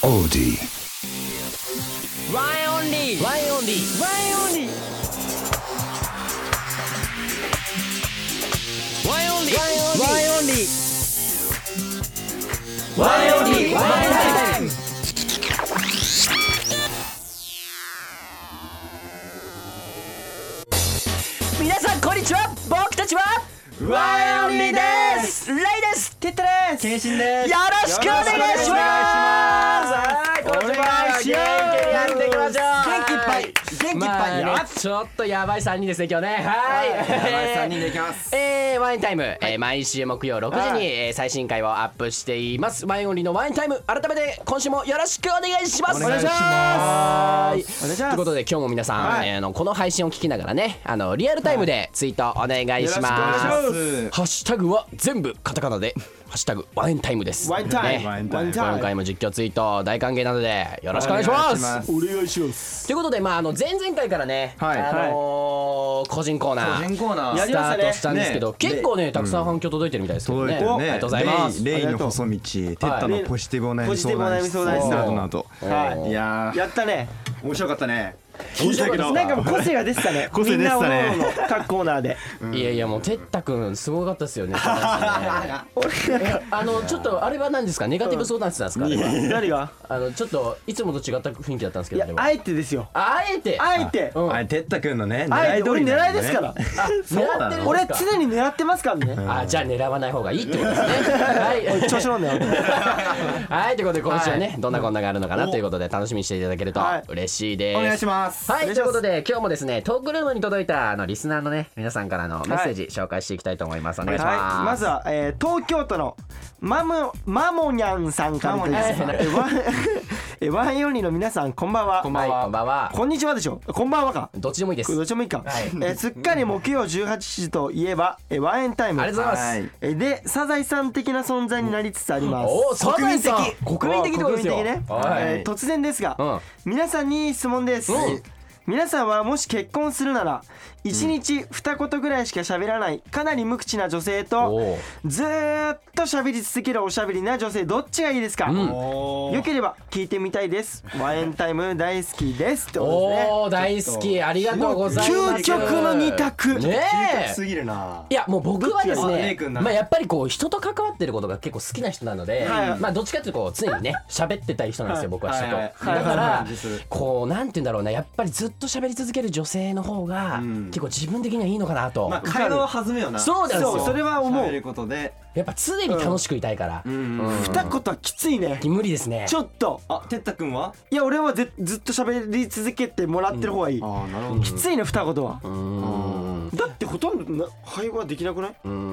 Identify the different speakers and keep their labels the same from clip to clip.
Speaker 1: オーディ
Speaker 2: ワンオンリーワンオンリーワンオンリーワンオンリーワンオンリーワンオンリーワンオンリーワンタイム皆さんこんにちは僕たちはワンオンリーですレイですテッタです
Speaker 3: 謙信です
Speaker 2: よろしくお願いします
Speaker 3: よろしくお願いします
Speaker 2: やっていきましょう
Speaker 3: 元気いっぱい元気いっぱい
Speaker 2: まあね
Speaker 3: やっ
Speaker 2: ちょっとやばい3人ですね今日ねはい
Speaker 3: 3人でいきます
Speaker 2: えーワインタイム、えー毎週木曜6時
Speaker 3: は
Speaker 2: に、
Speaker 3: い
Speaker 2: えー最新回をアップしていますワインオンリーのワインタイム改めて今週もよろしくお願いします
Speaker 3: お願いします
Speaker 2: はい
Speaker 3: お願いします
Speaker 2: ということで今日も皆さん、
Speaker 3: はい
Speaker 2: えーあのこの配信を聞きながらねあのリアルタイムでツイートお願いします,、
Speaker 3: よろしくお願いします
Speaker 2: ハッシュタグは全部カタカナで「ハッシュタグワインタイム」です
Speaker 3: ワインタイム
Speaker 2: ね
Speaker 3: ワインタイム
Speaker 2: 今回も実況ツイート大歓迎なのでよろしくお願いします
Speaker 3: お願いします
Speaker 2: ということで、まあ、あの前々回からね、
Speaker 3: はい
Speaker 2: あのー個人コーナー
Speaker 3: 個人コーナー
Speaker 2: やりましたねスタートしたんですけど、
Speaker 3: ね
Speaker 2: 結構ねたくさん反響届いてるみたいですけどね、ありがとうございます
Speaker 4: レイレイの細道、テッタのポジティブお悩
Speaker 3: ポ
Speaker 4: み相談室。
Speaker 3: ジティブお悩み相談室
Speaker 4: スタートの後。
Speaker 3: はい
Speaker 4: やー
Speaker 3: やったね
Speaker 4: 面白かったね。
Speaker 2: 面白かったです
Speaker 3: なんかもう個性が出てたね
Speaker 4: 個性出てたね
Speaker 3: みんなおのおの各コーナーで
Speaker 2: いやいやもうてったくんすごかったですよ ねあのちょっとあれは何ですかネガティブ相談室なんですか、あれは
Speaker 3: 誰が
Speaker 2: あのちょっといつもと違った雰囲気だったんですけ
Speaker 3: い
Speaker 2: どあれ
Speaker 3: や
Speaker 2: は
Speaker 3: あえてですよ
Speaker 2: あえて
Speaker 3: あえて
Speaker 2: うん
Speaker 4: あれテッタ君のね、
Speaker 3: あえて俺
Speaker 4: りな
Speaker 3: 狙
Speaker 4: ん
Speaker 3: い
Speaker 4: だ
Speaker 3: で
Speaker 4: ね
Speaker 3: すから
Speaker 2: 狙ってるんで
Speaker 3: 俺
Speaker 2: すか
Speaker 3: 常に狙ってますか らね
Speaker 2: あじゃあ狙わない方がいいってことですねはい
Speaker 3: 調子乗んなよ
Speaker 2: はいということで今週はね、どんなこんながあるのかなということで楽しみにしていただけると
Speaker 3: はい
Speaker 2: 嬉しいです、
Speaker 4: お願いします。
Speaker 2: はい、
Speaker 3: お願
Speaker 2: と
Speaker 3: いし
Speaker 2: いう
Speaker 3: ます
Speaker 2: ことで今日もですねトークルームに届いたあのリスナーのね皆さんからのメッセージ紹介していきたいと思います。お願いします。
Speaker 3: はいまずは、えー、東京都のマムマモニャンさんからいただきましたえワン えワンヨニの皆さんこんばんは
Speaker 2: こんばんは。こんばんは。
Speaker 3: こんにちはでしょこんばんはか
Speaker 2: どっちでもいいです。あ
Speaker 3: どっ
Speaker 2: り
Speaker 3: ちもいいか、
Speaker 2: はい
Speaker 3: えーすっかり木曜18時といえば、えーワンエンタイム
Speaker 2: がとうございます。
Speaker 4: はい
Speaker 3: えーでサザエさん的な存在になりつつあります
Speaker 2: おーサザエさん国
Speaker 3: 国
Speaker 2: 民的
Speaker 3: 民的
Speaker 2: ってことですよ
Speaker 3: 国民的ね、
Speaker 2: はい
Speaker 3: えー突然ですが、
Speaker 2: うん
Speaker 3: 皆さんに質問です、
Speaker 2: うん
Speaker 3: 皆さんはもし結婚するなら1日2言ぐらいしか喋らないかなり無口な女性
Speaker 2: お
Speaker 3: と
Speaker 2: ー
Speaker 3: ずーっと喋り続けるおしゃべりな女性どっちがいいですか、
Speaker 4: お
Speaker 3: よければ聞いてみたいですワンエンタイム大好きですってことですね
Speaker 2: おお大好きありがとうございます。
Speaker 3: 究極の二択
Speaker 2: ねえ。
Speaker 4: すぎるな。
Speaker 2: いやもう僕はです
Speaker 4: どっちがあレ
Speaker 2: ね
Speaker 4: イ君な
Speaker 2: まあやっぱりこう人と関わってることが結構好きな人なので、
Speaker 3: はい
Speaker 2: まあどっちかっていうとこう常にね喋ってたい人なんですよ、僕は人と、
Speaker 4: はいはい
Speaker 2: だから、
Speaker 4: はいはいはい
Speaker 2: こうなんて言うんだろうなやっぱりずっと喋り続ける女性の方が、
Speaker 4: ん
Speaker 2: 結構自分的にはいいのかなと、
Speaker 4: まあ会話は弾むよな。
Speaker 2: そうなんですよ
Speaker 3: そうそれは思う
Speaker 4: 喋ることで。
Speaker 2: やっぱ常に楽しくいたいから、
Speaker 3: 二言はきついね
Speaker 2: 無理ですね
Speaker 3: ちょっと
Speaker 4: あ、テッタ君は？
Speaker 3: いや俺はぜずっと喋り続けてもらってる方がいい、
Speaker 4: あ、なるほど。
Speaker 3: きついね二言はだってほとんどな会話できなくない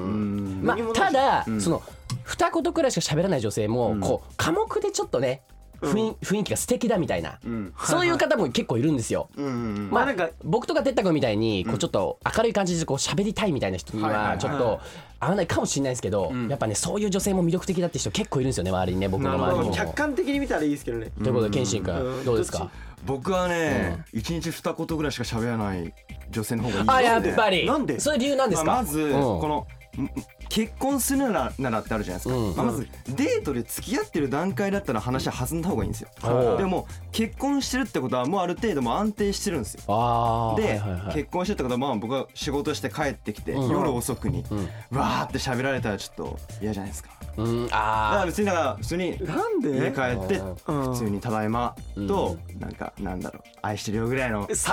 Speaker 2: まあ
Speaker 3: 何もない
Speaker 2: ただ、その二言くらいしか喋らない女性も、こう寡黙でちょっとね雰囲雰囲気が素敵だみたいな、そういう方も結構いるんですよ、
Speaker 4: うん。
Speaker 2: まあ、
Speaker 3: まあなんか
Speaker 2: 僕とか哲太君みたいにこうちょっと明るい感じでこう喋りたいみたいな人に
Speaker 4: はいはいは
Speaker 2: はいちょっと合わないかもしれないですけど、やっぱねそういう女性も魅力的だって人結構いるんですよね周りにね僕の
Speaker 3: ま
Speaker 2: 周
Speaker 3: あ
Speaker 2: りに
Speaker 3: 客
Speaker 2: も。
Speaker 3: 観的に見たらいいですけどね
Speaker 2: ということで謙信
Speaker 3: う
Speaker 2: 君
Speaker 3: ん
Speaker 2: どうです
Speaker 3: どっ
Speaker 2: か
Speaker 3: ち
Speaker 4: 僕はね、一日二言ぐらいしか喋らない女性の方がいいですね。
Speaker 2: あやっぱり
Speaker 3: なんで
Speaker 2: そういう理由なんですか、
Speaker 4: まあまず、
Speaker 2: うん
Speaker 4: このん結婚するならならってあるじゃないですか、
Speaker 2: うん
Speaker 4: まあまずデートで付き合ってる段階だったら話は弾んだ方がいいんですよ、
Speaker 2: はい
Speaker 4: でも結婚してるってことはもうある程度もう安定してるんですよ
Speaker 2: あー
Speaker 4: で、
Speaker 2: はいはいはい
Speaker 4: 結婚してるってことはまあ僕は仕事して帰ってきて、
Speaker 2: うん
Speaker 4: 夜遅くに、
Speaker 2: ん
Speaker 4: わーって喋られたらちょっと嫌じゃないですか
Speaker 2: うん
Speaker 4: だか
Speaker 2: あ
Speaker 4: ら別にだから普通に
Speaker 3: なん
Speaker 4: 家
Speaker 3: で
Speaker 4: 帰って
Speaker 3: うん
Speaker 4: 普通に「ただいま」となんかなんだろう「愛してるよ」ぐらいの
Speaker 3: 寂しいじ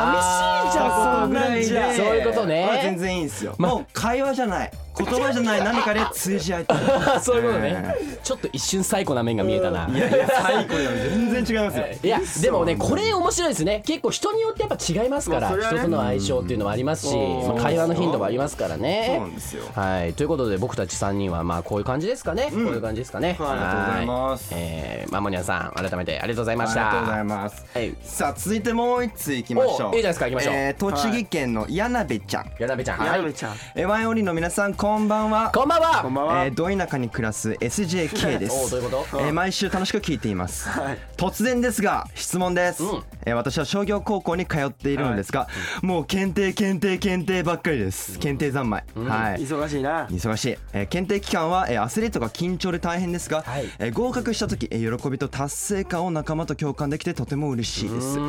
Speaker 3: ゃんそんなんじゃ
Speaker 2: そういうことね
Speaker 4: まあ全然いいんですよ、もう会話じゃない言葉じゃない何かで通じ合いたい
Speaker 2: あ そういうことねちょっと一瞬最高な面が見えたな、
Speaker 4: いやいや最高でも全然違いますよ
Speaker 2: いやでもねこれ面白いですね結構人によってやっぱ違いますから、
Speaker 3: まあそれはね
Speaker 2: 人との相性っていうのもありますし、
Speaker 3: うん
Speaker 2: まあ会話の頻度もありますから
Speaker 4: そう
Speaker 2: ね
Speaker 4: なんですよ
Speaker 2: はいということで僕たち3人はまあこういう感じですかね、こういう感じですかね
Speaker 4: はいありがとうございます
Speaker 2: はえー、マモニャンさん改めてありがとうございま
Speaker 4: あ
Speaker 2: し
Speaker 4: り
Speaker 2: た
Speaker 4: がとうございます、
Speaker 2: はい
Speaker 4: さあ続いてもう一ついきましょう
Speaker 2: おいいじゃないですか行きましょう
Speaker 4: えー栃木県の柳部ちゃん、
Speaker 2: やなべちゃん
Speaker 3: や
Speaker 2: はい
Speaker 3: めちゃん
Speaker 4: えーワインオンリーの皆さんこんばんは。
Speaker 2: こんばんは
Speaker 3: こんばんは
Speaker 4: えー、ど田舎に暮らす SJK で
Speaker 2: おう
Speaker 4: す。
Speaker 2: どういうこと
Speaker 4: えー毎週楽しく聞いています。
Speaker 3: はい
Speaker 4: 突然ですが質問です、
Speaker 2: うん
Speaker 4: えー私は商業高校に通っているのですが、もう検定検定検定ばっかりです、検定三昧、はい
Speaker 3: 忙しいな
Speaker 4: 忙しい、えー検定期間は、えーアスリートが緊張で大変ですが、
Speaker 2: はい
Speaker 4: えー合格した時、えー喜びと達成感を仲間と共感できてとても嬉しいです、え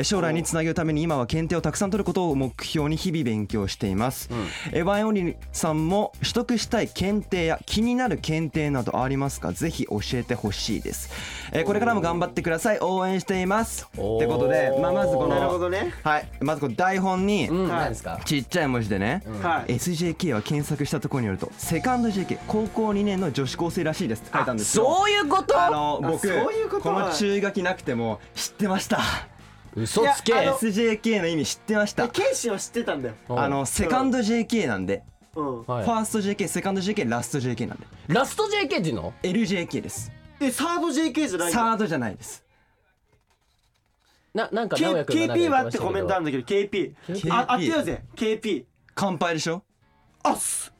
Speaker 4: ー将来につなげるために今は検定をたくさん取ることを目標に日々勉強しています、えーワイオンリーさんも取得したい検定や気になる検定などありますかぜひ教えてほしいです、えーこれからも頑張ってください応援していますって
Speaker 2: おー
Speaker 4: ことで、まあ、まずこの
Speaker 3: なるほどね
Speaker 4: はいまずこの台本に、
Speaker 2: うん
Speaker 3: はい
Speaker 2: 何ですか
Speaker 4: ちっちゃい文字でね、
Speaker 3: はい
Speaker 4: SJK は検索したところによるとセカンド JK 高校2年の女子高生らしいですって書いたんですよ
Speaker 2: そういうこと
Speaker 4: あの僕
Speaker 3: あそういうこと
Speaker 4: この注意書きなくても知ってました
Speaker 2: 嘘つ
Speaker 3: いやあ
Speaker 2: け
Speaker 3: の
Speaker 4: SJK の意味知ってました
Speaker 3: でケイシは知ってたんだよ
Speaker 2: うん
Speaker 4: あのセカンド JK なんで
Speaker 3: うん
Speaker 4: フ
Speaker 2: は
Speaker 4: ァ
Speaker 2: い
Speaker 4: ースト JK セカンド JK ラスト JK なんで
Speaker 2: ラスト JK っていうの
Speaker 4: LJK です
Speaker 3: えサード JK じゃないの
Speaker 4: サードじゃないです
Speaker 2: ななんか
Speaker 3: K-
Speaker 2: 直哉君が
Speaker 3: KP はってコメントあ
Speaker 2: る
Speaker 3: るんだけど KP ああってようぜ KP
Speaker 4: 乾杯でしょ
Speaker 3: あっす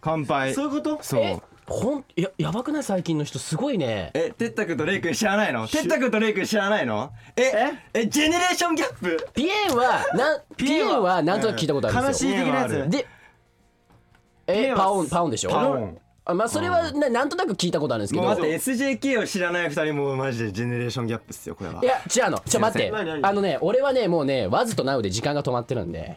Speaker 4: 乾杯
Speaker 3: そういうこと
Speaker 4: そう
Speaker 2: ほんいややばくない最近の人すごいね
Speaker 4: え、てったくんとレイくん知らないのてったくんとレイくん知らないのえ、え、ジェネレーションギャップ
Speaker 2: ピエンはなんピエンはなんとなく聞いたことあるん
Speaker 3: 悲
Speaker 2: です
Speaker 3: しい
Speaker 2: よ
Speaker 3: 的なや
Speaker 4: ピエン
Speaker 3: つ
Speaker 4: はある
Speaker 2: で
Speaker 3: ピエン
Speaker 2: え
Speaker 3: は
Speaker 2: パオンパオンでしょ
Speaker 4: パオン
Speaker 2: あまあそれはななんとなく聞いたことあるんですけ
Speaker 4: もう
Speaker 2: ど
Speaker 4: 待って SJK を知らない二人もマジでジェネレーションギャップっすよこれはい
Speaker 2: や違うのちょ待って
Speaker 3: 何何
Speaker 2: あのね俺はねもうねわずとなうで時間が止まってるんで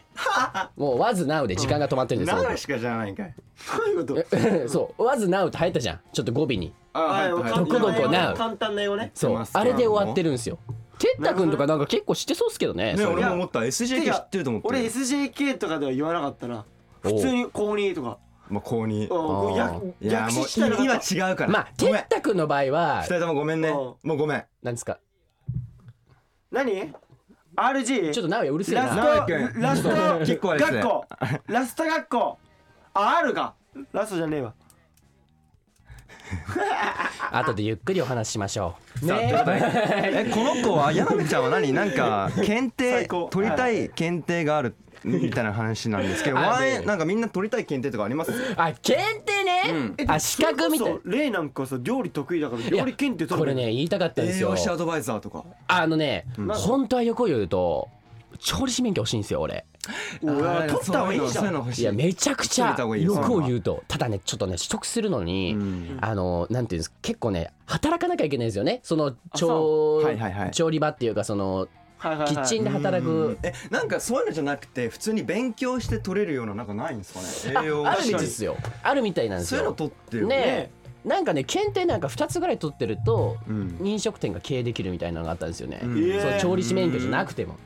Speaker 2: もうわずなうで時間が止まってるんです
Speaker 4: な
Speaker 2: よ
Speaker 4: るしかじゃないんかい
Speaker 3: どういうこと
Speaker 2: 僕 そうわずなうって入ったじゃんちょっと語尾に
Speaker 3: あ
Speaker 4: あ
Speaker 3: あ
Speaker 4: はい
Speaker 3: 簡単
Speaker 2: どこどこ
Speaker 3: な
Speaker 2: な
Speaker 3: よ簡単なよね
Speaker 2: そ
Speaker 4: ま
Speaker 2: う
Speaker 4: す
Speaker 2: あれで終わってるんですよてったくんとかなんか結構知ってそうっすけどね
Speaker 4: ね
Speaker 2: それ
Speaker 4: 俺も思った
Speaker 3: て
Speaker 4: SJK 知
Speaker 3: か
Speaker 4: ってると思って
Speaker 3: 俺 SJK とかでは言わなかったな
Speaker 2: おう
Speaker 3: 普通に高2とか
Speaker 4: まあ高2
Speaker 3: うん
Speaker 2: あ
Speaker 3: 逆
Speaker 4: いや
Speaker 3: 逆
Speaker 4: も
Speaker 3: 視したら
Speaker 4: う今違うから
Speaker 2: まあ
Speaker 4: ご
Speaker 2: て
Speaker 4: めん
Speaker 2: ったくんの場合は
Speaker 4: 二人ともごめんね
Speaker 3: うん
Speaker 4: もうごめん
Speaker 2: なんですか
Speaker 3: 何 ?RG?
Speaker 2: ちょっとなうやうるせえ
Speaker 3: ラ
Speaker 2: な
Speaker 3: ス
Speaker 4: 直哉
Speaker 3: ト
Speaker 4: 君
Speaker 3: ラスト
Speaker 4: 結構です
Speaker 3: 学校ラスト学校あ R かラストじゃねえわ
Speaker 2: 後でゆっくりお話ししましょう
Speaker 4: さあ
Speaker 2: ね
Speaker 4: ということ でえこの子は柳ちゃんは何なんか検定
Speaker 3: 最高
Speaker 4: 取りたい検定があるみたいな話なんですけど
Speaker 2: あ
Speaker 4: ワンエ
Speaker 2: ね
Speaker 4: ンなんかみんな取りたい検定とかあります
Speaker 2: あ検定ね
Speaker 3: え
Speaker 2: あ資格みたいな
Speaker 3: それこそレイなんかさ料理得意だから
Speaker 2: いや
Speaker 3: 料理検定取
Speaker 2: これ
Speaker 3: る
Speaker 2: ね言いたかったんです
Speaker 4: 栄
Speaker 2: よ
Speaker 4: 養士アドバイザーとか
Speaker 2: あのね
Speaker 3: ん
Speaker 2: 本当は横を言うと調理師免許欲しいんですよ俺
Speaker 3: お
Speaker 4: あ
Speaker 3: や
Speaker 4: ー
Speaker 3: 取った方がいいじゃ
Speaker 4: そういうの
Speaker 3: ん
Speaker 4: 欲し
Speaker 2: いやめちゃくちゃ
Speaker 4: 取れた方がいいよ
Speaker 2: 欲を言うとただねちょっとね取得するのに、
Speaker 4: うん
Speaker 2: あのなんていうんですか結構ね働かなきゃいけないんですよねその
Speaker 3: あ
Speaker 2: 調
Speaker 4: そうはいはいはい
Speaker 2: 調理場っていうかその
Speaker 3: はいはいはい
Speaker 2: キッチンで働
Speaker 4: うん
Speaker 2: く、
Speaker 4: えなんかそういうのじゃなくて普通に勉強して取れるようななんかないんですかね栄養
Speaker 2: あるみたいですよあるみたいなんです
Speaker 4: そういうの
Speaker 2: よ。
Speaker 4: 取って
Speaker 2: ね
Speaker 4: るよ
Speaker 2: えなんかね検定なんか2つぐらい取ってると、
Speaker 4: うん
Speaker 2: 飲食店が経営できるみたいなのがあったんですよね、
Speaker 4: うん
Speaker 3: えー
Speaker 2: そう調理師免許じゃなくても。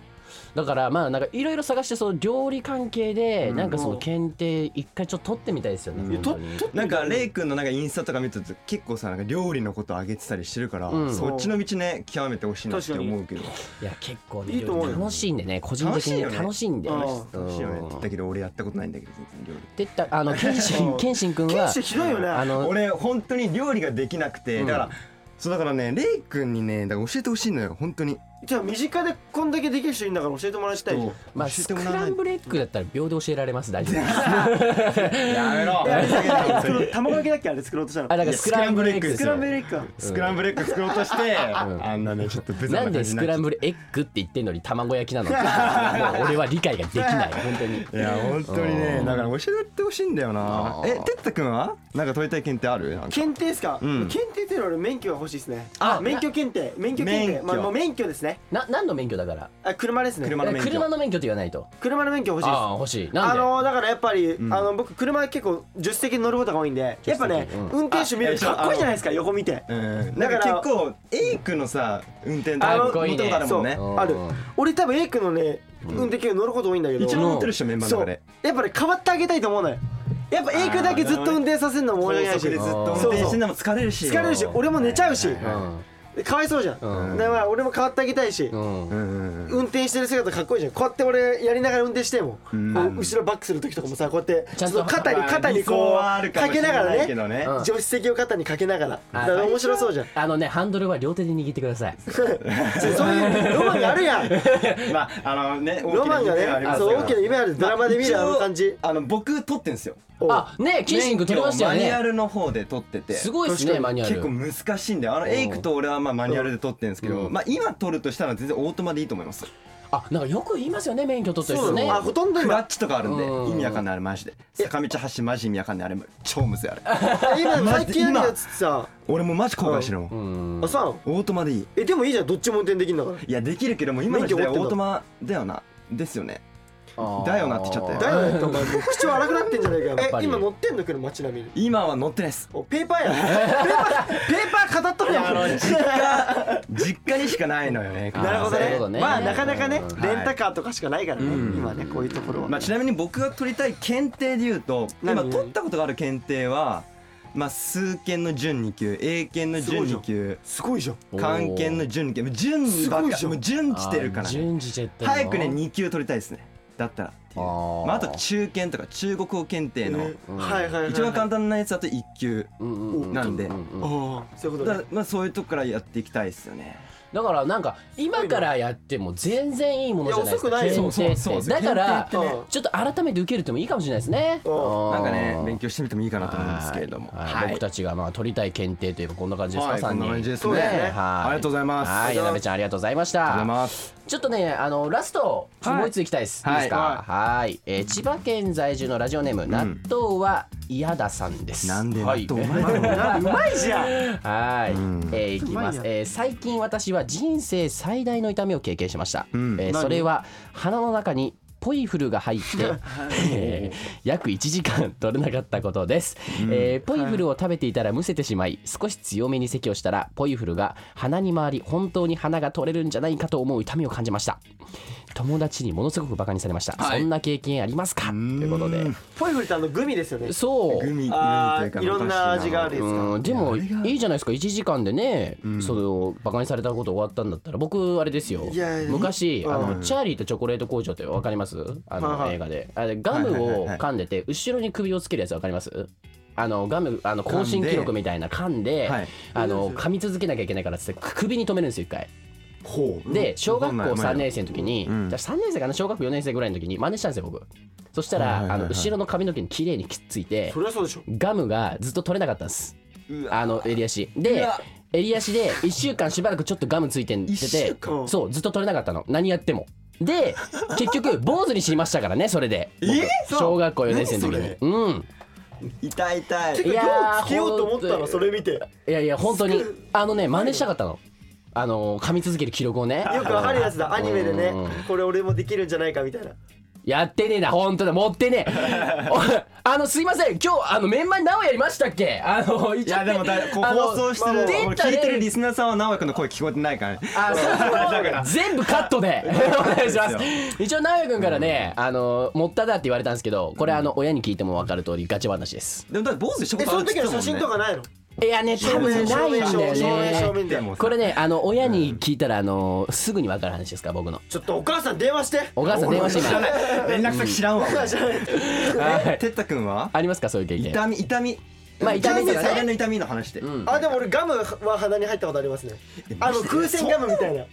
Speaker 2: だからまあなんかいろいろ探してその料理関係でなんかその検定一回ちょっと取ってみたいですよね、
Speaker 3: いや
Speaker 2: 本当
Speaker 3: 取
Speaker 2: に
Speaker 3: 取って
Speaker 4: なんかレイくんのなんかインスタとか見てると結構さなんか料理のこと上げてたりしてるから、
Speaker 2: うん
Speaker 4: そっちの道ね極めてほしいなって思うけど
Speaker 2: いや結構ね
Speaker 3: いいと思うよ
Speaker 2: 楽しいんでね個人的にね楽
Speaker 4: 楽
Speaker 2: しいんで
Speaker 3: うん
Speaker 4: 楽しいよね
Speaker 2: うん
Speaker 4: だけど俺やったことないんだけど全然
Speaker 2: て
Speaker 4: 料
Speaker 2: ったあの謙
Speaker 3: う
Speaker 2: 信
Speaker 3: ん
Speaker 2: 謙信君
Speaker 3: 検
Speaker 2: は
Speaker 3: 定ひどいよね
Speaker 2: あ
Speaker 4: 理
Speaker 2: の
Speaker 4: 俺本当に料理ができなくて、だからそうだからねレイくんにねだから教えてほしいのよ本当に
Speaker 3: じゃあ身近でこんだけできる人いるんだから教えてもらいたいじゃん
Speaker 4: そう
Speaker 2: まあ
Speaker 4: 教え
Speaker 2: ス
Speaker 4: て
Speaker 2: ク
Speaker 4: もらわ
Speaker 2: ラ
Speaker 4: ない
Speaker 2: ンブルエッグだったら秒で教えられます大丈夫です。
Speaker 4: やめろ
Speaker 3: えあれ作ろう卵焼きだっけあれ作ろうとしたの
Speaker 2: あだから
Speaker 4: いや
Speaker 2: スクランブルエッグで
Speaker 3: ス
Speaker 2: す
Speaker 3: クラ
Speaker 2: よ
Speaker 3: ン。ブルエッグか
Speaker 4: スクランブルエッグ作ろうとして、あんなねちょっと
Speaker 2: な
Speaker 4: 無
Speaker 2: ん
Speaker 4: 残な感
Speaker 2: で
Speaker 4: じ
Speaker 2: ス
Speaker 4: にな
Speaker 2: ク
Speaker 4: っちゃ
Speaker 2: ラ
Speaker 4: っ
Speaker 2: ンブルエッグって言ってんのに卵焼きなの かもう俺は理解ができ ない本当に
Speaker 4: いや本当に
Speaker 2: う
Speaker 4: ね
Speaker 2: ん
Speaker 4: だから教えてほしいんだよな
Speaker 2: うん
Speaker 4: えてったくんはなんか取りたい検定あるなんか
Speaker 3: 検定ですか、
Speaker 4: うん
Speaker 3: 検定っていうのは俺免許が欲しいですね
Speaker 2: あ
Speaker 3: あ免許検定免許検定
Speaker 4: 免許
Speaker 3: まあもう免許ですね
Speaker 2: な何の免許だから
Speaker 3: あ車ですね
Speaker 4: 車
Speaker 2: え
Speaker 4: の免許
Speaker 2: 車の免許って言わないと
Speaker 3: 車の免許欲しいです
Speaker 2: ああ欲しいな
Speaker 3: あ
Speaker 2: んで
Speaker 3: のーだからやっぱり、あの僕車結構助手席に乗ることが多いんでやっぱね、
Speaker 2: 助手席
Speaker 3: 運転手見ると
Speaker 4: あえ
Speaker 3: かっこいいじゃないですか横見て
Speaker 4: うんな
Speaker 3: だ
Speaker 4: ん
Speaker 3: から
Speaker 4: か結構エイクのさ運転
Speaker 2: あ
Speaker 4: 乗
Speaker 2: の
Speaker 4: ったことあるもんね
Speaker 2: そう
Speaker 3: ある
Speaker 2: うん
Speaker 3: 俺多分エイクのね運転系乗ること多いんだけど、
Speaker 4: 一番乗ってる人メンバー
Speaker 3: そ
Speaker 4: の中
Speaker 3: うや
Speaker 4: で
Speaker 3: っぱり変わってあげたいと思うのよやっぱエイクだけずっと運転させるのも
Speaker 4: 高
Speaker 3: 俺
Speaker 4: 速
Speaker 3: ないし
Speaker 4: でずっと運
Speaker 3: そう
Speaker 4: 転してんのも疲れるし
Speaker 3: 疲れるし俺も寝ちゃうし、
Speaker 4: はいはいは
Speaker 2: うん
Speaker 3: かわいそうじゃん、
Speaker 2: うん
Speaker 3: だから俺も変わってあげたいし、
Speaker 2: うん
Speaker 4: うんうんうん
Speaker 3: 運転してる姿かっこいいじゃんこうやって俺やりながら運転しても、
Speaker 4: ん
Speaker 3: こう後ろバックする時とかもさこうやって
Speaker 2: ちゃんと
Speaker 3: ちょっと肩に
Speaker 4: まあ
Speaker 3: 肩に
Speaker 4: 理想
Speaker 3: こ
Speaker 4: はある
Speaker 3: う
Speaker 4: かも
Speaker 3: か
Speaker 4: し
Speaker 3: け
Speaker 4: れ
Speaker 3: ながら
Speaker 4: ない
Speaker 3: ね
Speaker 4: けどね
Speaker 3: 助手席を肩にかけながらだから面白 そうじゃん
Speaker 2: あのねハンドルは両手で握ってください
Speaker 3: そういうロマンがあるやん
Speaker 4: まああのね
Speaker 3: ロマンがねそう大きな夢あるドラマで見るあの感じ
Speaker 4: あの僕撮ってんですよ
Speaker 2: あねキーシング取りましたよ
Speaker 4: マニュア
Speaker 2: ね
Speaker 4: ルの方で撮ってて
Speaker 2: すごいですねマニュアル
Speaker 4: 結構難しいんであのエイクと俺はまあマニュアルで撮ってるんですけど、まあ今撮るとしたら全然オートマでいいと思います
Speaker 2: あなんかよく言いますよね免許取ってる
Speaker 3: そ
Speaker 2: 人
Speaker 3: うな
Speaker 2: ね
Speaker 3: のあほとんど
Speaker 4: クラ
Speaker 3: 今
Speaker 4: ッチとかあるんで
Speaker 2: うん
Speaker 4: 意味わかんないあれマジで坂道橋マジ意味わかんないあれ超むずいあれ
Speaker 3: 今
Speaker 4: マ
Speaker 3: 最
Speaker 4: ジで
Speaker 3: 近あるやつってさ
Speaker 4: 俺もマジ後悔してるもん
Speaker 2: うん
Speaker 3: あそうなの
Speaker 4: オートマでいい
Speaker 3: えでもいいじゃんどっちも運転できるんだから
Speaker 4: いやできるけども今の時代
Speaker 3: 免
Speaker 4: オ
Speaker 3: 許持ってんだ
Speaker 4: ートマだよなですよね
Speaker 2: あー
Speaker 4: だよなって言っちゃったよ
Speaker 3: だよねお前もう口は荒くなってんじゃないか
Speaker 2: っぱ
Speaker 3: よえ
Speaker 2: り
Speaker 3: 今乗ってんの車ちなみに
Speaker 4: 今は乗ってないっす
Speaker 3: おペーパーやんペーパーペーパー語っとるやん
Speaker 4: 実家にしかないのよね
Speaker 3: なるほど
Speaker 2: そういうこと
Speaker 3: ね
Speaker 2: ね
Speaker 3: まあなかなかね
Speaker 2: うん
Speaker 3: レンタカーとかしかないからね
Speaker 4: うん
Speaker 3: 今ねこういうところは
Speaker 4: まあ、ちなみに僕が取りたい検定でいうと今
Speaker 3: 何
Speaker 4: 取ったことがある検定は、まあ、数件の準2級 A 件の準2級
Speaker 3: すごいじゃん
Speaker 4: 漢検の準2級もう準ばっ
Speaker 3: すごいじ
Speaker 4: か
Speaker 3: ゃん
Speaker 4: もう準じてるから
Speaker 2: あ
Speaker 4: ね
Speaker 2: 順次してってんの
Speaker 4: 早くね2級取りたいですねだったらってい
Speaker 2: あ
Speaker 4: う
Speaker 2: ー
Speaker 4: まあ、あと中検とか中国語検定の
Speaker 3: えーはいはいはいはい
Speaker 4: 一番簡単なやつだと1級
Speaker 2: うんうんうん
Speaker 4: なんで
Speaker 2: うんうん
Speaker 3: ああそういうこと
Speaker 4: だ
Speaker 3: ね
Speaker 4: まあそういうとこからやっていきたいですよね
Speaker 2: だからなんか今からやっても全然いいものじゃないですか
Speaker 3: いや遅くないよ
Speaker 2: 検定
Speaker 4: そうそう
Speaker 2: っ
Speaker 4: そ
Speaker 2: て
Speaker 4: う
Speaker 2: だから
Speaker 3: 検定ってね
Speaker 2: ちょっと改めて受けるってもいいかもしれないですね
Speaker 3: うん
Speaker 4: なんかね
Speaker 2: うん
Speaker 4: 勉強してみてもいいかなと思うんですけれども
Speaker 2: はい僕たちがまあ取りたい検定といえばこんな感じですか、
Speaker 4: はい
Speaker 2: 三
Speaker 4: こんな感じです
Speaker 3: そう
Speaker 4: ね
Speaker 3: だよ
Speaker 2: は
Speaker 3: ね
Speaker 2: い
Speaker 4: ありがとうございます
Speaker 2: はい、やなべちゃんありがとうございました。
Speaker 4: ありがとうございます
Speaker 2: ちょっとね、あのラスト、ちょっともう一ついきたいです。
Speaker 4: はい
Speaker 2: い、いですか。はい、えー千葉県在住のラジオネーム、納豆は嫌ださんです。
Speaker 4: なんで納
Speaker 2: はい
Speaker 4: 豆お前ら
Speaker 3: あうまいじゃん
Speaker 2: はい、えー、いきま
Speaker 3: うまい
Speaker 2: す
Speaker 3: な、
Speaker 2: えー最近私は人生最大の痛みを経験しました、えー
Speaker 3: 何
Speaker 2: それは鼻の中にポイフルが入って、えー約1時間取れなかったことです、えーポイフルを食べていたらむせてしまい少し強めに咳をしたらポイフルが鼻に回り本当に鼻が取れるんじゃないかと思う痛みを感じました友達にものすごくバカにされました、そんな経験ありますかということで
Speaker 3: ポイフルってあのグミですよね
Speaker 2: そう
Speaker 4: グミグミという
Speaker 3: あ
Speaker 4: か
Speaker 3: ーいろんな味があるやつか
Speaker 2: うんでもいいじゃないですか1時間でね、そのバカにされたこと終わったんだったら僕あれですよ
Speaker 3: いやいや
Speaker 2: 昔あ
Speaker 3: う
Speaker 2: のチャーリーとチョコレート工場ってわかりますあの、
Speaker 3: はいはい
Speaker 2: 映画であれガム
Speaker 4: はいはいはい
Speaker 2: を
Speaker 4: はい
Speaker 2: 噛んでて後ろに首をつけるやつわかりますあのガムあの更新記録みたいな噛んで
Speaker 4: はい
Speaker 2: あの噛み続けなきゃいけないからっつって首に止めるんですよ一回。
Speaker 4: ほう
Speaker 2: で小学校
Speaker 4: わかんない
Speaker 2: 3年生の時に、
Speaker 4: ん
Speaker 2: じゃ3年生かな小学校4年生ぐらいの時に真似したんですよ僕そしたら、
Speaker 4: はいはいはいはい
Speaker 2: あの後ろの髪の毛に綺麗にきっついて
Speaker 3: そりゃそうでしょ
Speaker 2: ガムがずっと取れなかったんです
Speaker 4: うわ
Speaker 2: あの襟足で襟足で1週間しばらくちょっとガムついてんで
Speaker 4: 一週
Speaker 2: て
Speaker 3: 間
Speaker 2: そうずっと取れなかったの何やってもで結局坊主にしましたからねそれで僕小学校4年生の時にうん
Speaker 4: 痛い痛
Speaker 3: て
Speaker 4: い
Speaker 3: か
Speaker 2: いやー
Speaker 3: ようつけようと思っ
Speaker 2: ほ
Speaker 3: た
Speaker 2: ん
Speaker 3: の
Speaker 2: と
Speaker 3: それ見てよ
Speaker 2: いやいや本当にあのね真似したかったのあの噛み続ける記録を ね
Speaker 3: くわかるやつだアニメでね
Speaker 2: うん
Speaker 3: これ俺もできるんじゃないかみたいな
Speaker 2: やってねえな本当だ持ってねえおあのすいません今日あのメンバーに何をやりましたっけあの一応
Speaker 4: いやでもだこう
Speaker 2: あの
Speaker 4: 放送して
Speaker 2: まあ
Speaker 4: る
Speaker 2: データ
Speaker 4: 聞
Speaker 2: で
Speaker 4: いてるリスナーさんは直哉君の声聞こえてないからね
Speaker 2: あの全部カット でお願いしま。
Speaker 4: そうで す
Speaker 2: 一応直哉君からね、あのもっただって言われたんですけど、これあの親に聞いても分かる通りガチ話です。
Speaker 4: でもだって坊主でしょ
Speaker 3: えその時の写真とかないの
Speaker 2: いやね多分ない
Speaker 3: 正
Speaker 2: んだ
Speaker 3: 面正
Speaker 2: よ
Speaker 3: 面正面正
Speaker 2: ね。
Speaker 3: 面で
Speaker 4: も
Speaker 2: これねあの親に聞いたらあのすぐに分かる話ですから僕の。
Speaker 3: ちょっとお母さん電話して
Speaker 2: お母さん電話して今。
Speaker 4: 連絡先知らん わ
Speaker 2: はい
Speaker 4: てったくんは
Speaker 2: ありますかそういう経験。
Speaker 4: 痛み痛み
Speaker 2: まあ痛みとかね
Speaker 4: 最大の痛みの話で
Speaker 2: ん
Speaker 3: あでも俺ガムは鼻に入ったことありますねあの風船ガムみたいな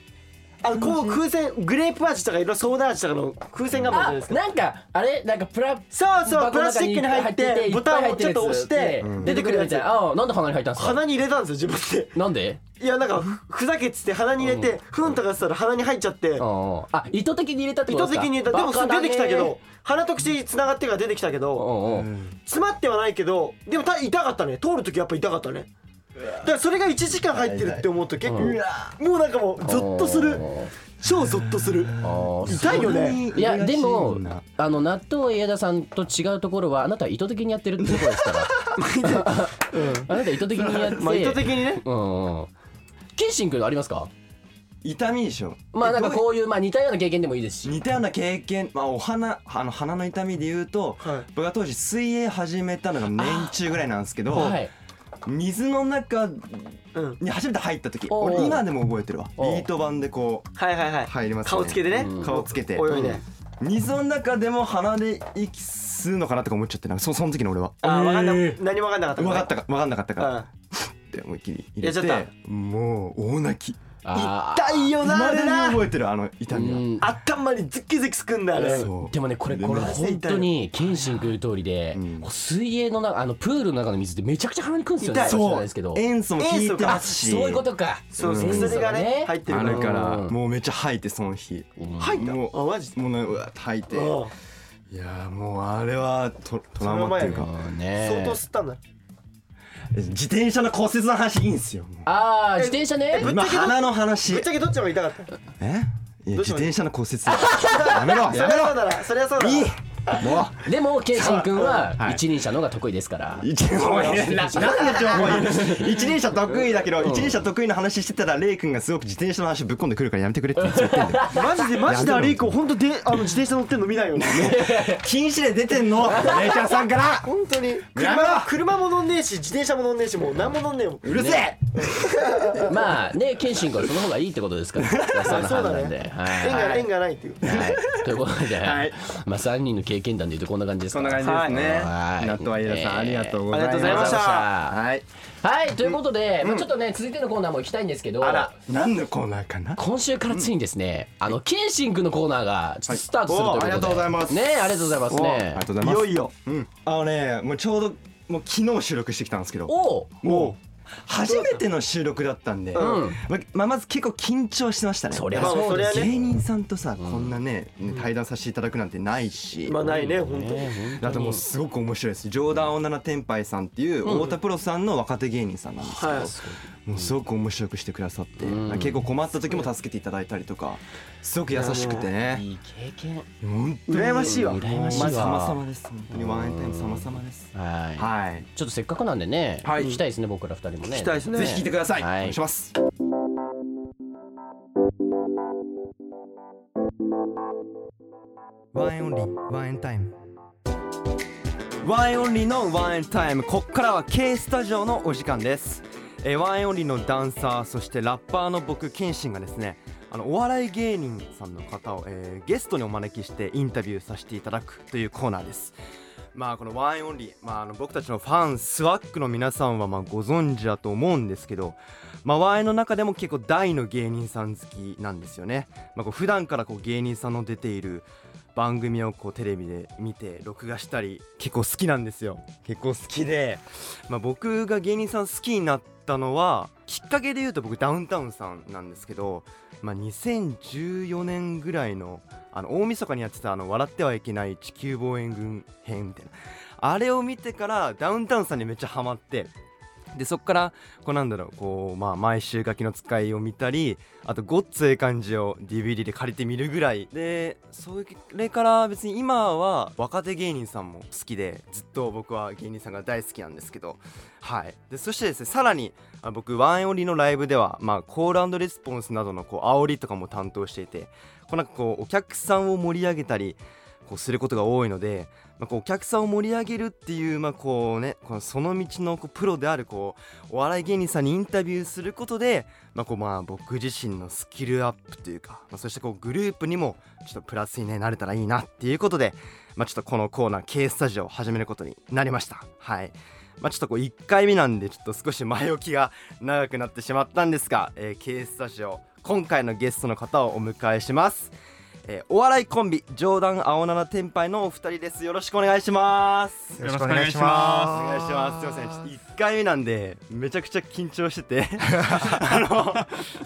Speaker 3: あのこう風船グレープ味とか色々ソーダ味とかの風船ガムあるじゃな
Speaker 2: あ
Speaker 3: いですか
Speaker 2: なんかあれなんかプラ
Speaker 3: そうそう
Speaker 2: 箱
Speaker 3: プ
Speaker 2: の
Speaker 3: ラス
Speaker 2: 中
Speaker 3: チックに入ってボタンをちょっと押して
Speaker 2: 出
Speaker 3: 出
Speaker 2: て
Speaker 3: て
Speaker 2: くる
Speaker 3: くる
Speaker 2: や
Speaker 3: や
Speaker 2: つ。
Speaker 3: つ
Speaker 2: ああなんで鼻に入ったんですか。
Speaker 3: 鼻に入れたんですよ自分で
Speaker 2: なんで？
Speaker 3: いやなんかふふざけっつって鼻に入れてふんとかしたら鼻に入っちゃって
Speaker 2: あああ意図的に入れたって
Speaker 3: 意
Speaker 2: こと
Speaker 3: 図
Speaker 2: ですか。
Speaker 3: 的に入れたでも
Speaker 2: バカだ
Speaker 3: 出
Speaker 2: ね
Speaker 3: てきたけど。鼻と口つながってから出てきたけ
Speaker 2: う
Speaker 3: ど
Speaker 2: んうん。
Speaker 3: 詰まってはないけどでもた痛かったね通る時やっぱ痛かったねだからそれが1時間入ってるって思うと結構もうなんかもうゾッとする超ゾッとする
Speaker 2: ああ
Speaker 3: 痛いよね
Speaker 2: いやでもあの納豆家田さんと違うところはあなたは意図的にやってるってことですから あなたは意図的にやって
Speaker 3: まあ意図的にね
Speaker 2: うんうんケンシン君ありますか
Speaker 4: 痛みでしょ
Speaker 2: まあなんか
Speaker 4: う
Speaker 2: こういうまあ似たような経験でもいいですし
Speaker 4: 似たような経験まあお鼻あの鼻の痛みで言うと
Speaker 3: はい
Speaker 4: 僕が当時水泳始めたのが年中ぐらいなんですけど
Speaker 2: はい
Speaker 4: 水の中
Speaker 3: うん
Speaker 4: に初めて入った時
Speaker 2: おー
Speaker 4: 俺今でも覚えてるわビ
Speaker 2: おー
Speaker 4: ート板でこ
Speaker 3: はいはいはいう
Speaker 4: 入りますよね
Speaker 3: 顔つけてね
Speaker 2: うん
Speaker 4: 顔つけて
Speaker 3: 泳いで
Speaker 4: 水の中でも鼻で息吸うのかなとか思っちゃってなんかそその時の俺は
Speaker 3: あーわかんな
Speaker 2: えー
Speaker 3: 何もわかんなかった
Speaker 4: 分かったか分かんなかったから
Speaker 3: うん
Speaker 4: って思いっきり入れ
Speaker 3: やっちゃって
Speaker 4: もう大泣き
Speaker 2: あー
Speaker 3: 痛いよなあ
Speaker 4: ま
Speaker 3: れ
Speaker 4: だに
Speaker 3: な
Speaker 4: 覚えてるあの痛みは
Speaker 2: うん
Speaker 3: 頭にズッキズキすくんだあれ
Speaker 4: そう
Speaker 2: でもねこれ
Speaker 4: で
Speaker 2: これ
Speaker 3: マジで痛
Speaker 2: 本
Speaker 3: い
Speaker 2: 当に謙信君言う通りで、
Speaker 4: うん
Speaker 2: こう水泳の中あのプールの中の水ってめちゃくちゃ鼻にくるんですよね
Speaker 3: 痛い
Speaker 2: 知ら
Speaker 4: そ
Speaker 2: な
Speaker 4: う
Speaker 2: いですけど
Speaker 4: 塩素も効いてますし
Speaker 2: そういうことか
Speaker 3: そうそううん薬がね入ってる
Speaker 4: あるか
Speaker 2: う
Speaker 4: ら
Speaker 2: ん
Speaker 4: もうめっちゃ吐いてその日
Speaker 3: 入った
Speaker 4: もう
Speaker 3: あマジで
Speaker 4: もうねうわって吐いて
Speaker 3: うん
Speaker 4: いやーもうあれはトトラウマっていう
Speaker 3: そ
Speaker 4: か
Speaker 2: うんね
Speaker 3: 相当吸ったんだ
Speaker 4: 自転車の骨折の話いいんすよもう
Speaker 2: ああ自転車ね
Speaker 3: ぶっち
Speaker 4: 今
Speaker 3: ゃけど
Speaker 4: 鼻の
Speaker 3: ぶ
Speaker 4: 話
Speaker 3: っちゃけどっちの方が痛かった
Speaker 4: えいや
Speaker 3: どうし
Speaker 4: 自
Speaker 3: よう
Speaker 4: 転車の骨折やめろ
Speaker 3: そ
Speaker 4: や
Speaker 3: りゃ
Speaker 4: め
Speaker 3: そ
Speaker 4: ろ
Speaker 3: うだなそりゃそうだない
Speaker 4: いも
Speaker 2: でも謙信君は
Speaker 4: はい
Speaker 2: 一輪車の方が得意ですから
Speaker 4: う一もういやななんで情報言う一輪車得意だけど一輪車得意な話してたらレイ君がすごく自転車の話ぶっ込んでくるからやめてくれって言ってんだよ
Speaker 3: マジでマジであれ以降本当であの自転車乗ってんの見ないよね
Speaker 4: 禁止令出てんのレイちゃんさんから
Speaker 3: 本当に
Speaker 4: やめろ
Speaker 3: 車車も乗んねえし自転車も乗んねえしもう何も乗んねえもん
Speaker 4: うるせえ
Speaker 2: まあね謙信君はその方がいいってことですからその
Speaker 3: そうだ
Speaker 2: 判断で、
Speaker 3: ね
Speaker 2: はい
Speaker 3: 縁が縁がないっていう
Speaker 2: はい、ということで、
Speaker 4: はい
Speaker 2: まあ3人の経験談でいうとこんな感じですか
Speaker 4: そんな感じですね
Speaker 2: はい
Speaker 4: ナットワイラさんありがとうご
Speaker 3: あ
Speaker 4: ざ
Speaker 3: り
Speaker 2: ありがとうご
Speaker 3: がとうございまし
Speaker 4: いました
Speaker 2: ざいました
Speaker 3: た
Speaker 4: はい
Speaker 2: はいということで、まあ、ちょっとね続いてのコーナーも行きたいんですけど
Speaker 4: あら何のコーナーかな
Speaker 2: 今週からついにですね、あの謙信君のコーナーがちょっとスタートするということで、
Speaker 4: はいおありがとうございます
Speaker 2: ねありがとうございます
Speaker 4: おあり
Speaker 2: ね
Speaker 4: がとうございます
Speaker 3: いよ
Speaker 4: うんあのねもうちょうどもう昨日収録してきたんですけど
Speaker 2: おう
Speaker 4: もう初めての収録だったんで、
Speaker 2: うん
Speaker 4: ままあまず結構緊張してましたね
Speaker 2: そりゃ
Speaker 3: まあ
Speaker 2: そうです
Speaker 3: そりゃね
Speaker 2: ね
Speaker 4: 芸人さんとさ、こんなね対談させていただくなんてないし、
Speaker 3: まあないね本当に
Speaker 4: あともうすごく面白いです冗談女な天杯さんっていう太田プロさんの若手芸人さんなんですけど、
Speaker 3: はい
Speaker 4: もうすごく面白くしてくださって、
Speaker 2: うん
Speaker 4: 結構困った時も助けていただいたりとかすごく優しくてね
Speaker 2: いい経験
Speaker 4: 本当に
Speaker 3: 羨ましいわ
Speaker 2: 羨ましい
Speaker 4: まず様
Speaker 2: わ
Speaker 4: 々です本当にワンエンタイム様々です
Speaker 2: はい、
Speaker 4: はい
Speaker 2: ちょっとせっかくなんでね、
Speaker 4: はい
Speaker 2: 聞きたいですね僕ら二人もね
Speaker 3: 聞きたいですね
Speaker 4: ぜひ聞いてください、
Speaker 2: はい
Speaker 4: お願いしますワンエンオンリーワンエンタイムワンエンオンリーのワンエンタイムこっからは K スタジオのお時間です、えーワンエンオンリーのダンサーそしてラッパーの僕謙信がですねあのお笑い芸人さんの方を、えーゲストにお招きしてインタビューさせていただくというコーナーですまあこのワンエンオンリー、まあ、あの僕たちのファンスワックの皆さんはまあご存知だと思うんですけど、まあ、ワンエンの中でも結構大の芸人さん好きなんですよね、まあ、こう普段からこう芸人さんの出ている番組をこうテレビで見て録画したり結構好きなんですよ結構好きで、まあ、僕が芸人さん好きになったのはきっかけで言うと僕ダウンタウンさんなんですけど、まあ、2014年ぐらいのあの大晦日にやってたあの「笑ってはいけない地球防衛軍編」みたいなあれを見てからダウンタウンさんにめっちゃハマってでそっからこうなんだろうこうまあ毎週ガキの使いを見たりあとごっつええ感じを DVD で借りてみるぐらいでそれから別に今は若手芸人さんも好きでずっと僕は芸人さんが大好きなんですけどはいでそしてですねさらにあ僕ワンエンオリのライブではまあコールレスポンスなどのこう煽りとかも担当していてこうなんかこうお客さんを盛り上げたりこうすることが多いので、まあ、こうお客さんを盛り上げるっていう,、まあこうね、このその道のこうプロであるこうお笑い芸人さんにインタビューすることで、まあこうまあ、僕自身のスキルアップというか、まあ、そしてこうグループにもちょっとプラスに、ね、なれたらいいなっていうことで、まあ、ちょっとこのコーナー K スタジオを始めることになりました。はいまあ、ちょっとこう1回目なんでちょっと少し前置きが長くなってしまったんですが、えー、K スタジオ今回のゲストの方をお迎えしますえーお笑いコンビ冗談青七天杯のお二人ですよろしくお願いします
Speaker 5: よろしくお願いしま
Speaker 4: お願いしますすいませんちょっと一回目なんでめちゃくちゃ緊張しててあの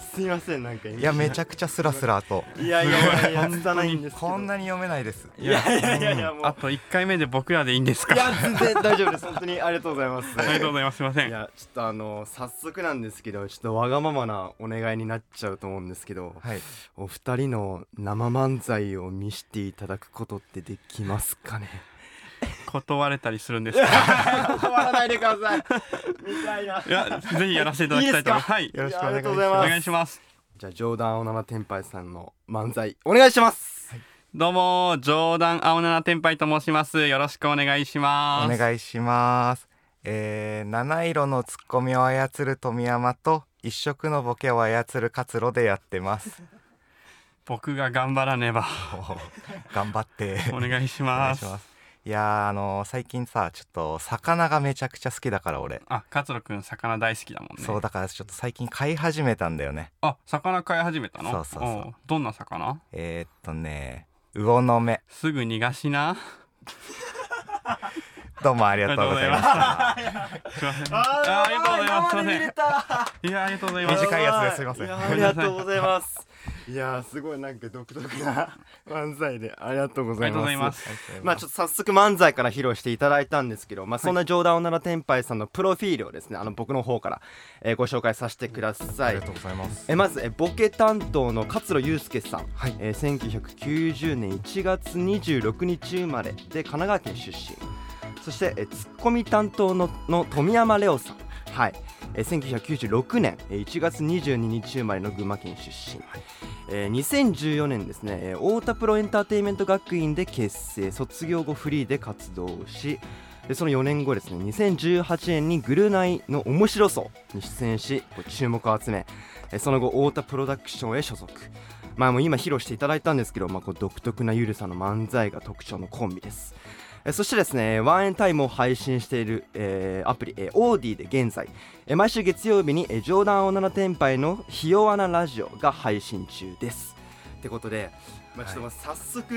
Speaker 4: すいませんなんか今
Speaker 5: す。いやめちゃくちゃスラスラと。
Speaker 4: いやいやいや拙いんですけど
Speaker 5: こんなに読めないです。
Speaker 4: いやいやいやいやもう
Speaker 6: あと1回目で僕らでいいん です
Speaker 4: い
Speaker 6: か
Speaker 4: や全然大丈夫です本当にありがとうございます
Speaker 6: ありがとうございますすいませ
Speaker 4: い
Speaker 6: ん
Speaker 4: やちょっとあの早速なんですけどちょっとわがままなお願いになっちゃうと思うんですけど
Speaker 5: はい。
Speaker 4: お二人の生漫才を見せていただくことってできますか ね
Speaker 6: 断れたりするんですか
Speaker 4: 終わらないでください見たいない
Speaker 6: やぜひやらせていただきたいと思いますはい
Speaker 5: よろしくお願いし
Speaker 4: いやありがとうござい
Speaker 6: お
Speaker 5: ま。
Speaker 4: ま
Speaker 6: 願いします
Speaker 4: じゃあ冗談青七天杯さんの漫才お願いします、
Speaker 6: どうも冗談青七天杯と申しますよろしくお願いします
Speaker 5: お
Speaker 6: す
Speaker 5: 願いします。えー七色のツッコミを操る富山と一色のボケを操る活路でやってます。
Speaker 6: 僕が頑張らね ば
Speaker 5: 頑張って。
Speaker 6: お願いし
Speaker 5: お願
Speaker 6: ま
Speaker 5: い
Speaker 6: す
Speaker 5: します。いやーあのー最近さちょっと魚がめちゃくちゃ好きだから俺。
Speaker 6: あ勝呂くん魚大好きだもんね
Speaker 5: そうだからちょっと最近飼い始めたんだよね。
Speaker 6: あ魚飼い始めたの
Speaker 5: そうそうそう
Speaker 6: おどんな魚
Speaker 5: えー、っとね魚の目
Speaker 6: すぐ逃がしな
Speaker 5: どうもあり
Speaker 6: あ
Speaker 5: がとうございます。
Speaker 6: ありがとう ございますすいませんあーありがとうございます
Speaker 7: 今
Speaker 6: すいま
Speaker 7: まで見
Speaker 6: せ
Speaker 7: れた
Speaker 6: んいやありがとうございます
Speaker 5: 短いやつですいません
Speaker 7: いやありがとうございます。
Speaker 4: いやーすごいなんか独特な漫才でありがとうご
Speaker 6: あ
Speaker 4: ざ
Speaker 6: り
Speaker 4: い
Speaker 6: がとうご
Speaker 4: ま
Speaker 6: ざ
Speaker 4: す
Speaker 6: います
Speaker 4: まあちょっと早速漫才から披露していただいたんですけど、まあ、そんな冗談をなら天杯さんのプロフィールをですねあの僕の方から、えーご紹介させてください。
Speaker 5: ございます。
Speaker 4: えまずえボケ担当の勝呂祐介さん、
Speaker 5: はい
Speaker 4: えー1990年1月26日生まれで神奈川県出身そしてえツッコミ担当のの富山レオさん、はいえー1996年えー1月22日生まれの群馬県出身、えー2014年ですね、えー太田プロエンターテインメント学院で結成卒業後フリーで活動しでその4年後ですね2018年に「グルナイの面白そう」に出演しこう注目を集めえーその後太田プロダクションへ所属まあもう今披露していただいたんですけど、まあ、こう独特なゆるさの漫才が特徴のコンビですえーそしてですねワンエンタイムを配信している、えーアプリ、えー、オーディで現在、えー毎週月曜日に、えー、冗談を7天杯のひ弱なラジオが配信中ですってことで、まあ、ちょっとまあ早速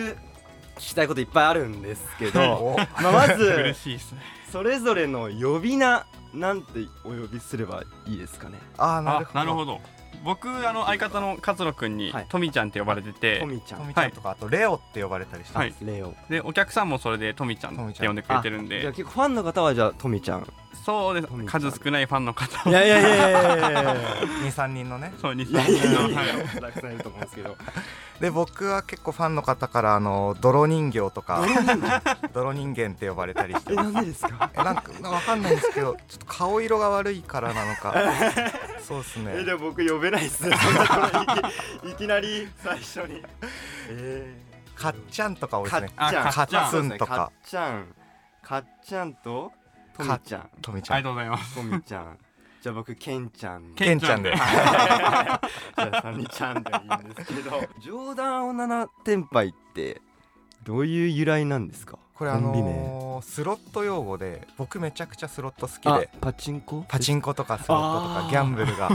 Speaker 4: 聞きたいこといっぱいあるんですけど、 まあ、まず
Speaker 6: 嬉しいですね
Speaker 4: それぞれの呼び名なんてお呼びすればいいですかね
Speaker 5: あーなるほ
Speaker 6: あ
Speaker 5: ど。
Speaker 6: なるほど僕あの相方の勝呂くんに
Speaker 4: はい
Speaker 6: トミちゃんって呼ばれてて
Speaker 4: トミちゃ
Speaker 5: ト
Speaker 4: ん
Speaker 5: ミちゃんとかあとレオって呼ばれたりしたんです。
Speaker 4: レオ
Speaker 6: でお客さんもそれでトミちゃんって呼んでくれてるん
Speaker 4: じゃあ
Speaker 6: で
Speaker 4: 結構ファンの方はじゃあトミちゃん
Speaker 6: そうです
Speaker 4: トミちゃん
Speaker 6: 数少ないファンの方
Speaker 4: いやいやいやい やいやいや
Speaker 5: 二三人のね。
Speaker 6: そうに
Speaker 4: いやいやい
Speaker 6: はい
Speaker 4: やたくさんいると思うんですけど
Speaker 5: で僕は結構ファンの方からあの泥人形とか 泥人間って呼ばれたりして
Speaker 4: えなんでですか
Speaker 5: えなんかわかんないんですけどちょっと顔色が悪いからなの かそうですね
Speaker 4: えでも僕呼べないっ すねそんなこといきいきなり最初にえ
Speaker 5: かっちゃんとか多いですね
Speaker 4: かっちゃん
Speaker 5: かっ
Speaker 4: ー
Speaker 5: つんと
Speaker 4: か
Speaker 5: か
Speaker 4: っちゃんかっちゃんとトミちゃん
Speaker 5: とみち
Speaker 6: あ
Speaker 5: ゃ
Speaker 6: りが
Speaker 5: ん
Speaker 6: とうございます
Speaker 4: トミちゃんじゃあ僕ケンちゃ ん
Speaker 5: けんちゃんで
Speaker 4: じゃあサニちゃんでいいんですけど冗談を七天杯ってどういう由来なんですか
Speaker 5: これあ
Speaker 4: コンビ名
Speaker 5: のースロット用語で僕めちゃくちゃスロット好き
Speaker 4: あ
Speaker 5: で
Speaker 4: パチンコ
Speaker 5: パチンコとかスロットと
Speaker 4: あ
Speaker 5: か
Speaker 4: ー
Speaker 5: ギャンブルが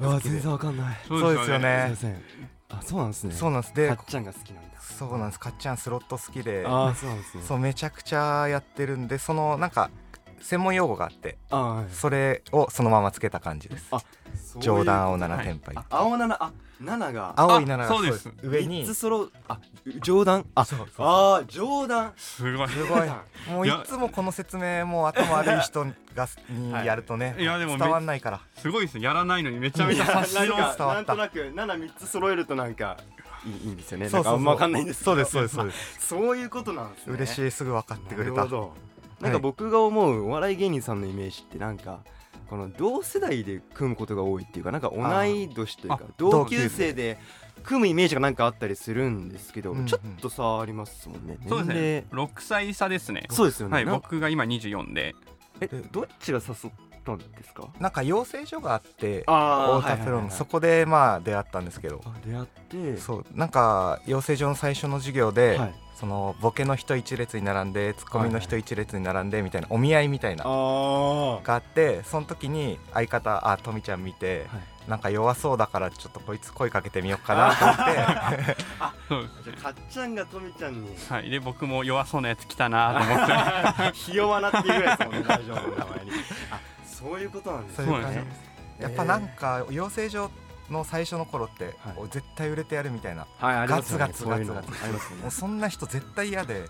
Speaker 4: うわ全然わかんない
Speaker 5: そうですよ
Speaker 4: すいま
Speaker 5: ね
Speaker 4: せんあそうなんですね
Speaker 5: そうなんです
Speaker 4: か
Speaker 5: で
Speaker 4: っちゃんが好きなんだ
Speaker 5: そうなんですかっちゃんスロット好きで
Speaker 4: ああそうなんですね
Speaker 5: そうめちゃくちゃやってるんでそのなんか専門用語があって
Speaker 4: あーはい
Speaker 5: それをそのままつけた感じです
Speaker 4: そういう
Speaker 5: 冗談を7
Speaker 6: はい
Speaker 5: 天杯
Speaker 4: あ青七あ七が
Speaker 5: 青いなら
Speaker 6: あそうです
Speaker 5: 上に
Speaker 4: 三つ揃うあ冗談あ
Speaker 5: そうそう
Speaker 4: あー冗談
Speaker 6: すごい
Speaker 5: すごいもういつもこの説明もう頭悪い人がにやるとね
Speaker 6: いやでもめ
Speaker 5: 伝わんないから
Speaker 6: すごいですねやらないのにめちゃめちゃ察し
Speaker 4: なん
Speaker 6: の
Speaker 4: か
Speaker 5: 伝わった
Speaker 4: なんとなく七三つ揃えるとなんかいいいいんですよね
Speaker 5: そ
Speaker 4: な
Speaker 5: うんそ
Speaker 4: か
Speaker 5: うそ
Speaker 4: あ
Speaker 5: うん
Speaker 4: まわかんないんですけど
Speaker 5: ですそうです
Speaker 4: そういうことなんですね
Speaker 5: 嬉しいすぐ分かってくれ
Speaker 4: な
Speaker 5: た
Speaker 4: るほどなんか僕が思うお笑い芸人さんのイメージってなんかこの同世代で組むことが多いっていうかなんか同い年というか
Speaker 6: あ
Speaker 4: 同級生で組むイメージがなんかあったりするんですけど
Speaker 5: うんうん
Speaker 4: ちょっと差ありますもんね
Speaker 6: そうですね
Speaker 4: 年
Speaker 6: 6歳差ですね
Speaker 4: 齢そうですよね
Speaker 6: はい
Speaker 4: な
Speaker 6: 僕が今24で
Speaker 4: えどっちが誘ったんですか
Speaker 5: なんか養成所があって
Speaker 4: あ
Speaker 5: 太田プロのそこでまあ出会ったんですけど
Speaker 4: 出会って
Speaker 5: そうなんか養成所の最初の授業で、
Speaker 4: はい
Speaker 5: そのボケの人一列に並んでツッコミの人一列に並んでみたいなお見合いみたいな
Speaker 4: あ
Speaker 5: があってその時に相方あとみちゃん見て、
Speaker 4: は
Speaker 5: なんか弱そうだからちょっとこいつ声かけてみようかなと思って
Speaker 6: そうです
Speaker 4: じゃあかっちゃんがとみちゃんに
Speaker 6: はいで僕も弱そうなやつ来たなと思って
Speaker 4: ひ弱なっていうぐらいですもんね大丈夫の名前に あそういうことなんで
Speaker 5: そ
Speaker 4: す
Speaker 5: う
Speaker 4: ね
Speaker 5: いう感じ
Speaker 6: そう
Speaker 5: です、やっぱなんか養成所の最初の頃って、
Speaker 4: はい
Speaker 5: お絶対売れてやるみたいな
Speaker 4: はいありますよね
Speaker 5: ガツガツ
Speaker 4: そういうの
Speaker 5: ガツガツ
Speaker 4: ありますよね
Speaker 5: もうそんな人絶対嫌 で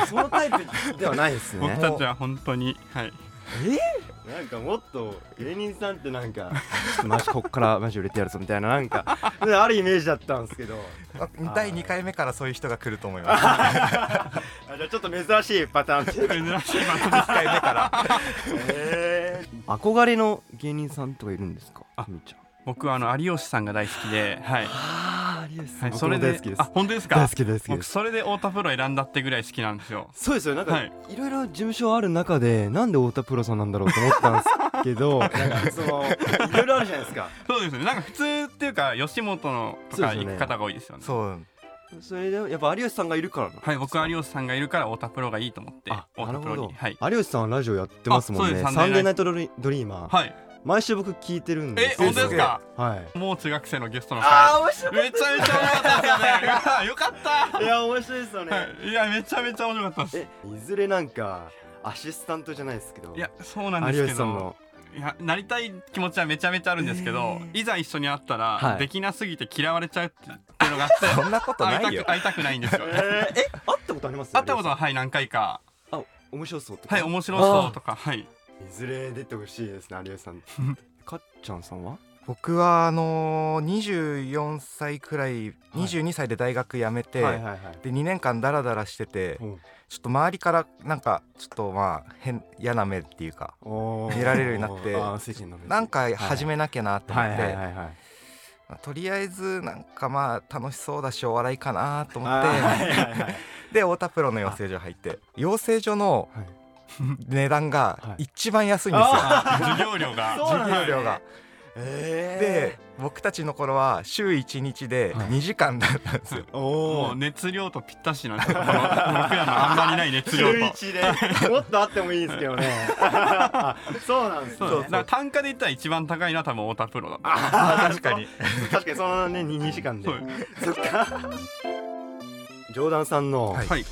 Speaker 4: あそのタイプではないです
Speaker 6: 僕
Speaker 4: ね
Speaker 6: たちは本当にはい
Speaker 4: なんかもっと芸人さんってなんかちょっとマジこっからマジ売れてやるぞみたいななんか あるイメージだったんですけど
Speaker 5: あ
Speaker 4: ー
Speaker 5: 第2回目からそういう人が来ると思います1
Speaker 4: あじゃあちょっと珍しいパターンっていうか
Speaker 6: 珍しい場所
Speaker 5: 回目から
Speaker 4: 憧れの芸人さんとかいるんですか
Speaker 6: あ
Speaker 4: とみちゃん
Speaker 6: 僕はあの有吉さんが大好きではい
Speaker 4: あありです
Speaker 6: はい、
Speaker 4: 僕
Speaker 6: それ
Speaker 4: も
Speaker 6: で
Speaker 4: 大好きです
Speaker 6: あ本当ですか
Speaker 4: 大好き大好きで
Speaker 6: 僕
Speaker 4: す
Speaker 6: それで太田プロ選んだってぐらい好きなんですよ
Speaker 4: そうですよなんか、
Speaker 6: はいい、
Speaker 4: ろいろ事務所ある中でなんで太田プロさんなんだろうと思ったんですけど なんかそのいろいろあるじゃないですか
Speaker 6: そうですねなんか普通っていうか吉本のと
Speaker 4: そ
Speaker 6: か
Speaker 4: うですよ
Speaker 6: 行
Speaker 4: ね
Speaker 6: く方が多いですよね
Speaker 5: そう
Speaker 4: それでやっぱ有吉さんがいるからな
Speaker 6: はい僕は有吉さんがいるから太田プロがいいと思って
Speaker 4: あ
Speaker 6: 太田プ
Speaker 4: な
Speaker 6: ロ
Speaker 4: るほ
Speaker 6: に
Speaker 4: ど
Speaker 6: はい
Speaker 4: 有吉さんはラジオやってますもんね
Speaker 6: あそうです
Speaker 4: サンデーナイトドリドリーマー、
Speaker 6: はい
Speaker 4: 毎週僕聞いてるんで
Speaker 6: え
Speaker 4: すよ
Speaker 6: 本当ですか
Speaker 4: はい
Speaker 6: もう中学生のゲストのあめちゃめちゃ面白かったですよねよかった
Speaker 4: いや面白いですよね、
Speaker 6: はいいやめちゃめちゃ面白かったです
Speaker 4: えいずれなんかアシスタントじゃないですけど
Speaker 6: いやそうなんです
Speaker 4: 有
Speaker 6: け
Speaker 4: 吉さん
Speaker 6: ど
Speaker 4: の
Speaker 6: いやなりたい気持ちはめちゃめちゃあるんですけど、いざ一緒に会ったら、
Speaker 4: はい
Speaker 6: できなすぎて嫌われちゃうっていうのがあって
Speaker 5: そんなこと
Speaker 6: 会
Speaker 5: な
Speaker 6: いた
Speaker 5: いよ
Speaker 6: く会いたくないんですよ
Speaker 4: ええ会ったことあります
Speaker 6: 会ったことは
Speaker 4: は
Speaker 6: はい何回か
Speaker 4: あ面白そうとか
Speaker 6: はい面白そうとかはい
Speaker 4: いずれ出てほしいですね有吉さんかっちゃんさんは
Speaker 5: 僕はあのー、24歳くらい22歳で大学辞めて、
Speaker 4: はい
Speaker 5: で2年間ダラダラしてて
Speaker 4: うん
Speaker 5: ちょっと周りからなんかちょっとまあ変嫌な目っていうか
Speaker 4: おー
Speaker 5: 見られるようになって
Speaker 4: あー世間の目
Speaker 5: なんか始めなきゃなと思
Speaker 4: はい
Speaker 5: っ
Speaker 4: は
Speaker 5: て、
Speaker 4: いはいはい
Speaker 5: まあとりあえずなんかまあ楽しそうだしお笑いかなと思っ
Speaker 4: あーはい
Speaker 5: て で太田プロの養成所入って養成所の
Speaker 4: はい
Speaker 5: 値段
Speaker 4: は
Speaker 5: が
Speaker 4: い
Speaker 5: 一番安いんですよ、
Speaker 6: 授業料が
Speaker 5: 授業料が。で僕たちの頃は週1日で2時間だったんですよ。
Speaker 6: もう熱量とぴったしなんですよこの 僕らのあんまりない熱量と
Speaker 4: 11でもっとあってもいいですけどね そうなんです
Speaker 6: そうですだから単価で言ったら一番高いのは多分太田プロだと
Speaker 4: 確かに 確かにそのね2時間で
Speaker 6: はい
Speaker 4: そっかジョーダンさんの
Speaker 6: はい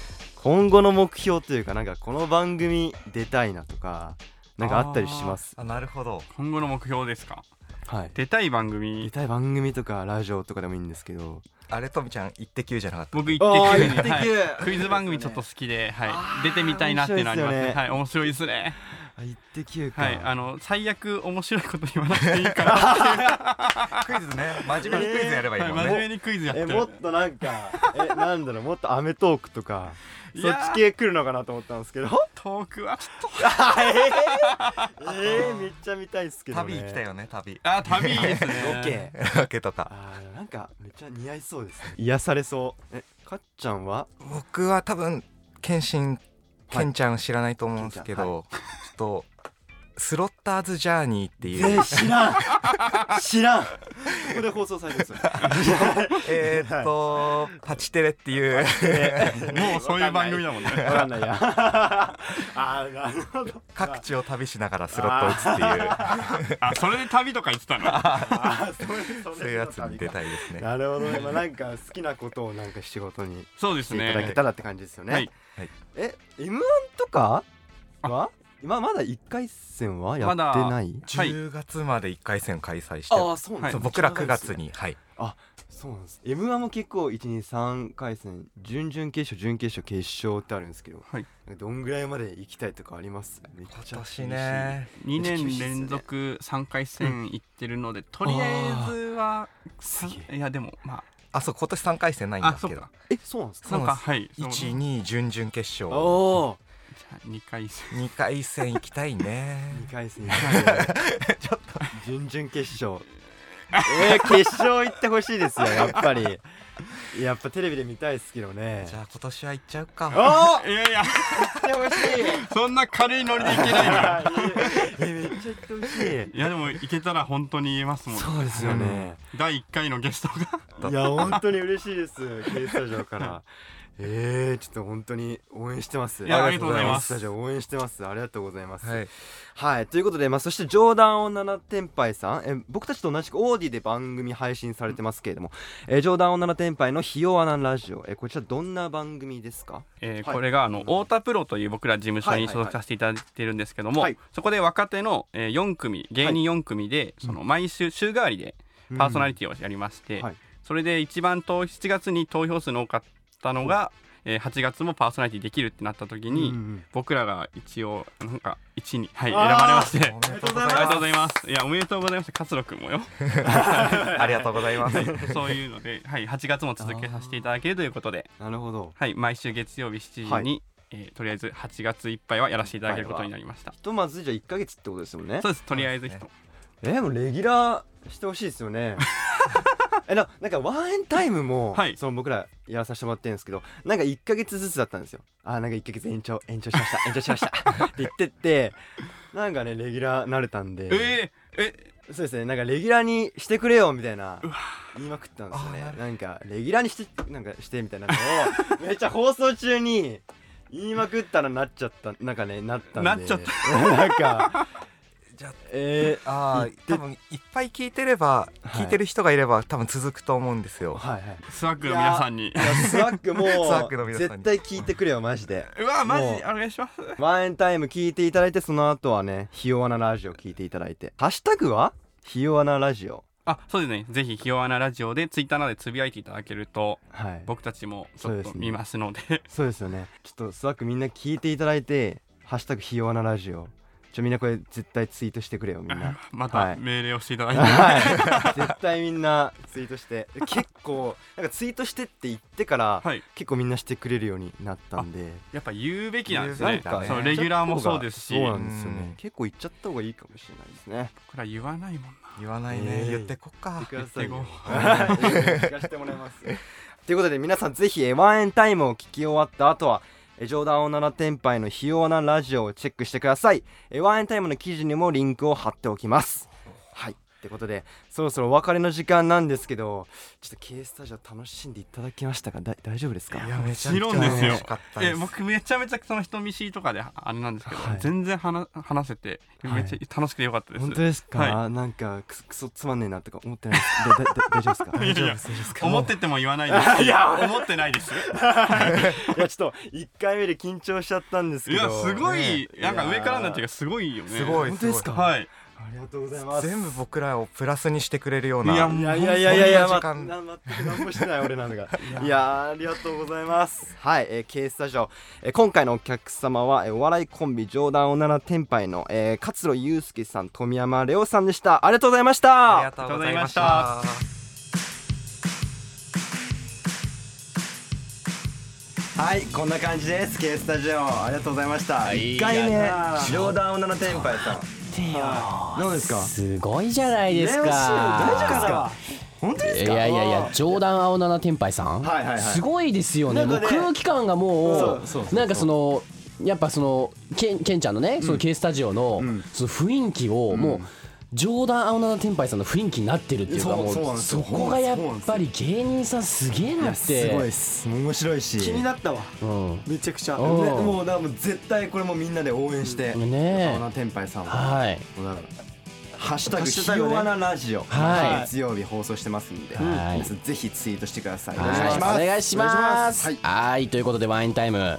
Speaker 4: 今後の目標というかなんかこの番組出たいなとかなんかあったりします
Speaker 5: あなるほど
Speaker 6: 今後の目標ですか
Speaker 4: はい
Speaker 6: 出たい番
Speaker 4: 出
Speaker 6: 組
Speaker 4: たい番組とかラジオとかでもいいんですけど
Speaker 5: あれとみちゃん「イッテ Q」じゃなかった
Speaker 6: 僕行ってきて、
Speaker 4: あー
Speaker 6: はい
Speaker 4: イッテ Q
Speaker 6: クイズ番組ちょっと好きで、
Speaker 4: あ
Speaker 6: は
Speaker 4: ー
Speaker 6: い、出てみたいなっていうのはあります
Speaker 4: 面白いですよね
Speaker 6: はい面白いですね
Speaker 4: 「あ言ってきゅうか」
Speaker 6: はいあの最悪面白いこと言わなくていいから
Speaker 5: クイズね真面目にクイズやればいい
Speaker 6: はい
Speaker 5: もん
Speaker 6: 真面目
Speaker 5: ね、
Speaker 6: にクイズやって
Speaker 4: え
Speaker 6: る
Speaker 4: もっとなんかえなんだろうもっと『アメトーーク』とか
Speaker 6: い
Speaker 4: そ
Speaker 6: や
Speaker 4: っ
Speaker 6: ー
Speaker 4: ち系来るのかなと思ったんですけ ど
Speaker 6: トークはちょっと
Speaker 4: えー、めっちゃ見たいっすけど、ね、
Speaker 5: 旅行きたよね旅
Speaker 6: あ旅い いですね
Speaker 4: OK
Speaker 5: ロケとか
Speaker 4: あーなんかめっちゃ似合いそうですね癒されそうえかっちゃんは
Speaker 5: 僕は多分謙信ケンちゃん知らないと思うんですけど、ちょっとスロッターズジャーニーっていう、
Speaker 4: 知らん知らんここで放送されてるんですよ
Speaker 5: えーっとパチテレっていう
Speaker 6: もうそういう番組だもんね
Speaker 4: わかんないや あーなるほど
Speaker 5: 各地を旅しながらスロットを打つって
Speaker 6: あそれで旅とか言ってたの
Speaker 4: あーそういう
Speaker 5: いうそういうやつに出たいですね
Speaker 4: なるほどね、まあ、なんか好きなことをなんか仕事に
Speaker 6: そうで
Speaker 4: し
Speaker 6: す
Speaker 4: ていただけ
Speaker 6: ね
Speaker 4: たらって感じですよね、
Speaker 6: はい
Speaker 5: はい
Speaker 4: え m 1とかは今まだ一回戦はやってない、
Speaker 6: はい
Speaker 5: 10月まで1回戦開催して、
Speaker 4: ああそうなん
Speaker 6: は
Speaker 5: そう
Speaker 4: ですね
Speaker 6: い
Speaker 5: 僕ら9月に、はい、
Speaker 4: そうなんです。M1 も結構123回戦準々決勝準決勝決勝ってあるんですけど、
Speaker 6: はい
Speaker 4: どんぐらいまで行きたいとかあります？めっちゃ
Speaker 5: 今年ね
Speaker 6: 2年連続3回戦行ってるので、とりあえずはさいやでもま
Speaker 5: あそう今年3回戦ないん
Speaker 6: あ
Speaker 5: で
Speaker 6: あ
Speaker 5: す
Speaker 6: そっ
Speaker 5: けど
Speaker 6: か
Speaker 4: 厳しいですね。えそうなんですか？
Speaker 5: そ
Speaker 6: な
Speaker 5: うんなん
Speaker 6: か
Speaker 5: です
Speaker 6: はいそう
Speaker 5: 12準々決
Speaker 4: お
Speaker 5: 勝
Speaker 4: お
Speaker 6: 2回戦
Speaker 5: 2回戦行きたいね
Speaker 4: ー。二回戦。ちょ っと準々決勝。えー、決勝行ってほしいですよやっぱり。やっぱテレビで見たいですけどね
Speaker 5: じ。ゃあ今年は行っちゃうか
Speaker 4: あ
Speaker 6: いやいや
Speaker 4: ー行ってほしい。
Speaker 6: そんな軽いノリでいけないから
Speaker 4: あーいいえめっちゃ行ってほしい。
Speaker 6: いやでも行けたら本当に言えますもん
Speaker 4: そうですよね。
Speaker 6: 第1回のゲストが
Speaker 4: いや本当に嬉しいです。K スタジオ から。えー、ちょっと本当に応援してます。
Speaker 6: いやありがとうございます
Speaker 4: K スタジオ応援してます。ありがとうございます。は、
Speaker 5: はいい
Speaker 4: ということで、まあ、そして冗談を七天杯さん、え僕たちと同じくオーディで番組配信されてますけれども、え冗談を七天杯のひ弱なラジオ、えこちらどんな番組ですか？
Speaker 6: えー
Speaker 4: はい
Speaker 6: これがあの太田プロという僕ら事務所に所属させていただいてるんですけども、
Speaker 4: はいはい
Speaker 6: そこで若手の、えー、4組芸人4組で、その毎週週替わりでパーソナリティをやりまして、
Speaker 4: はい
Speaker 6: それで一番投7月に投票数の多かったのが、えー、8月もパーソナリティできるってなった時に、
Speaker 4: うん
Speaker 6: 僕らが一応なんか1位に、はい、選ばれまして
Speaker 5: おめでとうござい
Speaker 6: あり
Speaker 5: ま
Speaker 6: がとうございますいやおめでとうございます勝呂君もよ
Speaker 5: す ありがとうございます
Speaker 6: そういうので、はい、8月も続けさせていただけるということで、
Speaker 4: なるほど。
Speaker 6: はい、毎週月曜日7時に、
Speaker 4: はい
Speaker 6: えーとりあえず8月いっぱいはやらせていただけることになりました、
Speaker 4: ひとまずじゃあ一ヶ月ってことですよね
Speaker 6: そ。うですとりあえず人、
Speaker 4: えー、もうレギュラーしてほしいですよね。えななんかワンエンタイムも、
Speaker 6: はい
Speaker 4: その僕らやらさせてもらってるんですけどなんか1か月ずつだったんですよあーなんか1か月延長延長しました延長しま したって言ってってなんかねレギュラーなれたんで、
Speaker 6: えー、え
Speaker 4: そうですねなんかレギュラーにしてくれよみたいな言いまくったんですよ
Speaker 5: あーな
Speaker 4: ね
Speaker 5: る
Speaker 4: なんかレギュラーにしてなんかしてみたいなのをめっちゃ放送中に言いまくったらなっちゃったなんかねなったんで
Speaker 6: なっちゃっ た
Speaker 4: なん か
Speaker 5: じゃあ
Speaker 4: えー、
Speaker 5: あー多分いっぱい聞いてれば
Speaker 4: はい
Speaker 5: 聞いてる人がいれば多分続くと思うんですよ。
Speaker 4: はいはい
Speaker 6: スワッグの皆さんに
Speaker 4: いやスワッ クも
Speaker 5: スワックの皆さん
Speaker 4: 絶
Speaker 5: に
Speaker 4: 対聞いてくれよマジで
Speaker 6: うわマジ
Speaker 4: もう
Speaker 6: お願いします
Speaker 4: ワンエンタイム聞いていただいてその後はねひ弱なラジオ聞いていただいてハッシュタグはひ弱なラジオ
Speaker 6: あそうですねぜひひよあなラジオでツイッターなどでつぶやいていただけると
Speaker 4: はい
Speaker 6: 僕たちもち
Speaker 4: そう
Speaker 6: ょっ
Speaker 4: で
Speaker 6: と
Speaker 4: すね
Speaker 6: 見ますので
Speaker 4: そうですよねちょっとスワックみんな聞いていただいてハッシュタグひ弱なラジオちょみんなこれ絶対ツイートしてくれよみんな
Speaker 6: ま
Speaker 4: は
Speaker 6: た
Speaker 4: い
Speaker 6: 命令をして いただいて、
Speaker 4: はい絶対みんなツイートして結構なんかツイートしてって言ってから、
Speaker 6: はい
Speaker 4: 結構みんなしてくれるようになったんで
Speaker 6: やっぱ言うべきなんですね
Speaker 5: 言うべきだね
Speaker 6: そのレギュラーもそうですし
Speaker 4: そうな
Speaker 6: こ
Speaker 4: んですよね、
Speaker 5: うん
Speaker 4: 結構行っちゃった方がいいかもしれないですね
Speaker 6: れは言わないもんな
Speaker 5: 言わないね、
Speaker 4: えー
Speaker 5: 言ってこっか。
Speaker 4: くだ
Speaker 6: さいよ
Speaker 4: 聞かせてもらいます。ということで皆さんぜひえーワンエンタイムを聞き終わった後はえー冗談を7天杯のひ弱なラジオをチェックしてください。えーワンエンタイムの記事にもリンクを貼っておきます。はい。ってことでそろそろお別れの時間なんですけどちょっと K スタジオ楽しんでいただきましたがだ大丈夫ですか
Speaker 5: いやめちゃ
Speaker 6: も
Speaker 5: くちゃ
Speaker 6: ちろんですよ
Speaker 5: 楽しかった
Speaker 6: え
Speaker 5: です。
Speaker 6: 僕めちゃめちゃその人見知りとかであれなんですけど、
Speaker 4: はい
Speaker 6: 全然話話せてめっちゃ楽しくてよかったです、
Speaker 4: 本当ですか、
Speaker 6: は
Speaker 4: なんかくそくそつまんねえなとか思ってないですだだだ大丈夫ですか
Speaker 6: いやいや思ってても言わないです いや思ってないです
Speaker 4: いやちょっと1回目で緊張しちゃったんです
Speaker 6: い
Speaker 4: けど
Speaker 6: やすごい、
Speaker 4: ね
Speaker 6: なんか上からなんていうかすごいよね
Speaker 5: すごい
Speaker 4: 本当ですか
Speaker 6: はい
Speaker 4: ありがとうございます
Speaker 5: 全部僕らをプラスにしてくれるような。
Speaker 6: いや
Speaker 4: い
Speaker 6: も
Speaker 4: やいやいやいやいや、
Speaker 5: そ
Speaker 4: ま
Speaker 5: んな時間
Speaker 4: な全く何もしてない俺なんだが。いやーありがとうございます。はい、えー、K スタジオ、えー、今回のお客様は、えー、お笑いコンビ冗談おなら天杯の、えー、勝呂祐介さん、富山レオさんでした。ありがとうございました。
Speaker 5: ありがとうございました。
Speaker 4: はい、こんな感じです。K スタジオ、ありがとうございました。
Speaker 2: い
Speaker 4: 一回目、冗談おなら天杯さん。どうですか。
Speaker 2: すごいじゃないですか。
Speaker 4: か。本当です
Speaker 2: い
Speaker 4: か。
Speaker 2: やいやいや、冗談青七天杯さん、
Speaker 4: はいはいはい
Speaker 2: すごいですよね。
Speaker 4: なん
Speaker 2: も
Speaker 4: か
Speaker 2: う
Speaker 4: ね
Speaker 2: 空気感がもう、なんかその。やっぱそのけんけんちゃんのね、その K スタジオの,、その雰囲気をもう、冗談青七天杯さんの雰囲気になってるっていうか
Speaker 4: そう
Speaker 2: も
Speaker 4: そうなん
Speaker 2: う
Speaker 4: です
Speaker 2: そ
Speaker 4: よ
Speaker 2: こがやっぱり芸人さんすげえなっ
Speaker 4: す
Speaker 2: て
Speaker 4: ごいっす。面白いし。
Speaker 3: 気になったわ
Speaker 2: うん、
Speaker 3: めちゃくちゃ
Speaker 2: おう
Speaker 4: ねもうだからもう絶対これもみんなで応援して、
Speaker 2: うんねえ
Speaker 4: サウナ天杯さんは
Speaker 2: はい
Speaker 4: もうだからハッシュタグ
Speaker 3: ハッシュ
Speaker 4: ひ
Speaker 3: タグね
Speaker 4: よわなラジオ」
Speaker 2: はい
Speaker 4: 月曜日放送してますんで、
Speaker 2: はい
Speaker 4: 皆さんぜひツイートしてください、
Speaker 2: はいお願いしますはいということでワインタイム、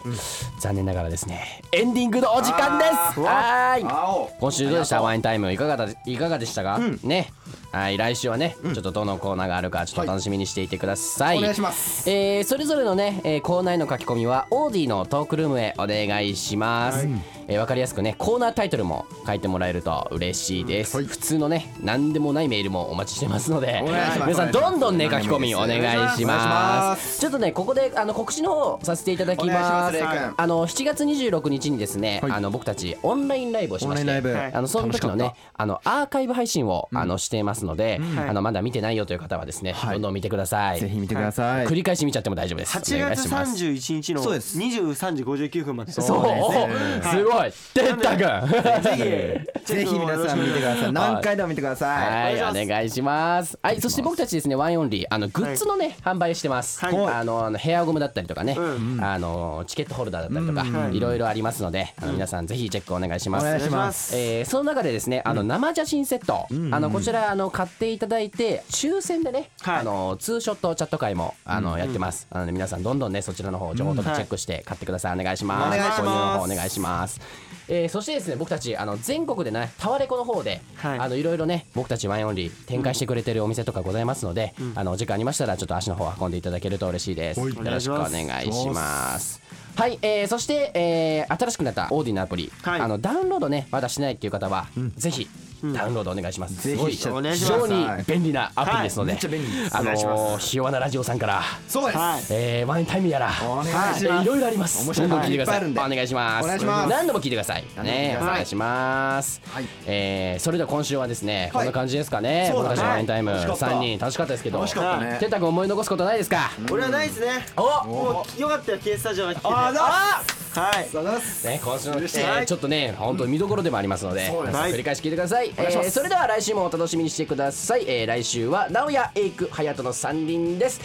Speaker 2: 残念ながらですねエンディングのお時間ですはーい
Speaker 4: 青
Speaker 2: 今週どうでしたワインタイムいかがだいかがでしたか、ねはい来週はね、ちょっとどのコーナーがあるかちょっと楽しみにしていてください、
Speaker 4: お願いします
Speaker 2: えーそれぞれのね、えーコーナーへの書き込みはオーディのトークルームへお願いします、えーわかりやすくねコーナータイトルも書いてもらえると嬉しいです、普通のね何でもないメールもお待ちしてますので
Speaker 4: お願いします
Speaker 2: 皆さんどんどんね
Speaker 4: お
Speaker 2: 書
Speaker 4: 願い
Speaker 2: き
Speaker 4: します
Speaker 2: 込みお願いし
Speaker 4: お願いし
Speaker 2: ま
Speaker 4: ます
Speaker 2: ちょっとねここであの告知の方させていただき
Speaker 4: お願いし
Speaker 2: ま
Speaker 4: ます
Speaker 2: す
Speaker 4: レイ君
Speaker 2: あの7月26日にですね、
Speaker 4: はい
Speaker 2: あの僕たちオンラインライブをしまして
Speaker 4: オンラインライブはい
Speaker 2: あのその時の
Speaker 4: 楽し
Speaker 2: ね
Speaker 4: か
Speaker 2: あのアーカイブ配信を、あのしていますので、あのまだ見てないよという方はですね、どんどん見てください
Speaker 4: ぜひ見てください、
Speaker 2: 繰り返し見ちゃっても大丈夫です
Speaker 3: 8
Speaker 2: お願い
Speaker 3: 月
Speaker 2: します
Speaker 3: 31日の
Speaker 4: そうです
Speaker 3: 23時59分まで
Speaker 2: そうすごいてったくん
Speaker 3: ぜひ
Speaker 4: ぜひ皆さん見てください何回でも見てください
Speaker 2: はい、
Speaker 3: お願いしま
Speaker 2: お願いしま
Speaker 3: す
Speaker 2: す。はい、そして僕たちですね、ワンオンリー、あのグッズのね、販売をしてます。
Speaker 3: はい
Speaker 2: あの、あのヘアゴムだったりとかね、
Speaker 3: う
Speaker 2: あのチケットホルダーだったりとか、いろいろありますので、あの皆さんぜひチェックお願いします。
Speaker 4: お願いします
Speaker 2: えーその中でですね、あの生写真セット、あのこちらあの買っていただいて、抽選でね、
Speaker 3: はい
Speaker 2: あのツーショットチャット会もあの、やってます。なので皆さんどんどんね、そちらの方情報とかチェックして買ってください。お願いします。
Speaker 4: お願いします
Speaker 2: 購入の方お願いします。えーそしてですね僕たちあの全国でねタワレコの方で、
Speaker 3: はい
Speaker 2: あのいろいろね僕たちワインオンリー展開してくれてるお店とかございますので、あのお時間ありましたらちょっと足の方運んでいただけると嬉しいですよろしくお願いしますはい、えーそして、えー新しくなったオーディのアプリ、
Speaker 3: はい
Speaker 2: あのダウンロードねまだしないっていう方は、ぜひダウンロードお願いします。
Speaker 1: ぜひ
Speaker 2: すごい
Speaker 1: しちゃって
Speaker 3: お願い
Speaker 2: 非
Speaker 3: しま
Speaker 2: 常
Speaker 3: す
Speaker 2: に便利なアプリですので、
Speaker 1: めっちゃ便利です
Speaker 2: あの
Speaker 6: お願いしま
Speaker 2: ーひ弱なラジオさんから、
Speaker 1: そうです、
Speaker 3: はい
Speaker 2: えーワインタイムやら。
Speaker 1: お願いし
Speaker 2: え
Speaker 1: ます、
Speaker 2: ーいろいろあります。
Speaker 1: 面白い
Speaker 2: どんど
Speaker 1: 話
Speaker 2: ん聞いて
Speaker 1: い
Speaker 2: く
Speaker 1: っ
Speaker 2: だ
Speaker 1: ぱいあ
Speaker 2: さい。
Speaker 1: るんで
Speaker 2: お願いします。
Speaker 1: お願いします
Speaker 2: 何度も聞いてください。
Speaker 1: 何度も聞いて
Speaker 2: ね、
Speaker 1: くだ
Speaker 2: お
Speaker 1: さい
Speaker 2: 願いします。
Speaker 1: はい
Speaker 2: えーそれでは今週はですね、
Speaker 1: はい
Speaker 2: こんな感じですかね。
Speaker 1: そうだね
Speaker 2: 僕たちのワインタイム
Speaker 1: 楽しかった
Speaker 2: 三人楽しかったですけど。
Speaker 1: 楽しかったね
Speaker 2: てたくん思い残すことないですか。
Speaker 3: 俺はないですねもうよかったよ K スタジオが来ててはい
Speaker 1: ありがとうございます
Speaker 2: ね、今週の、え
Speaker 3: しい
Speaker 2: ー、ちょっとね、本当に見どころでもありますので、皆さん
Speaker 3: はい
Speaker 2: 繰り返し聞いてください。えーそれでは来週もお楽しみにしてください。えー来週は、直哉、エイク、隼人の三輪です。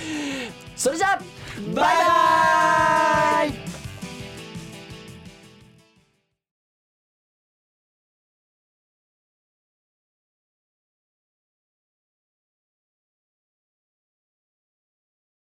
Speaker 2: それじゃあ、バイバイ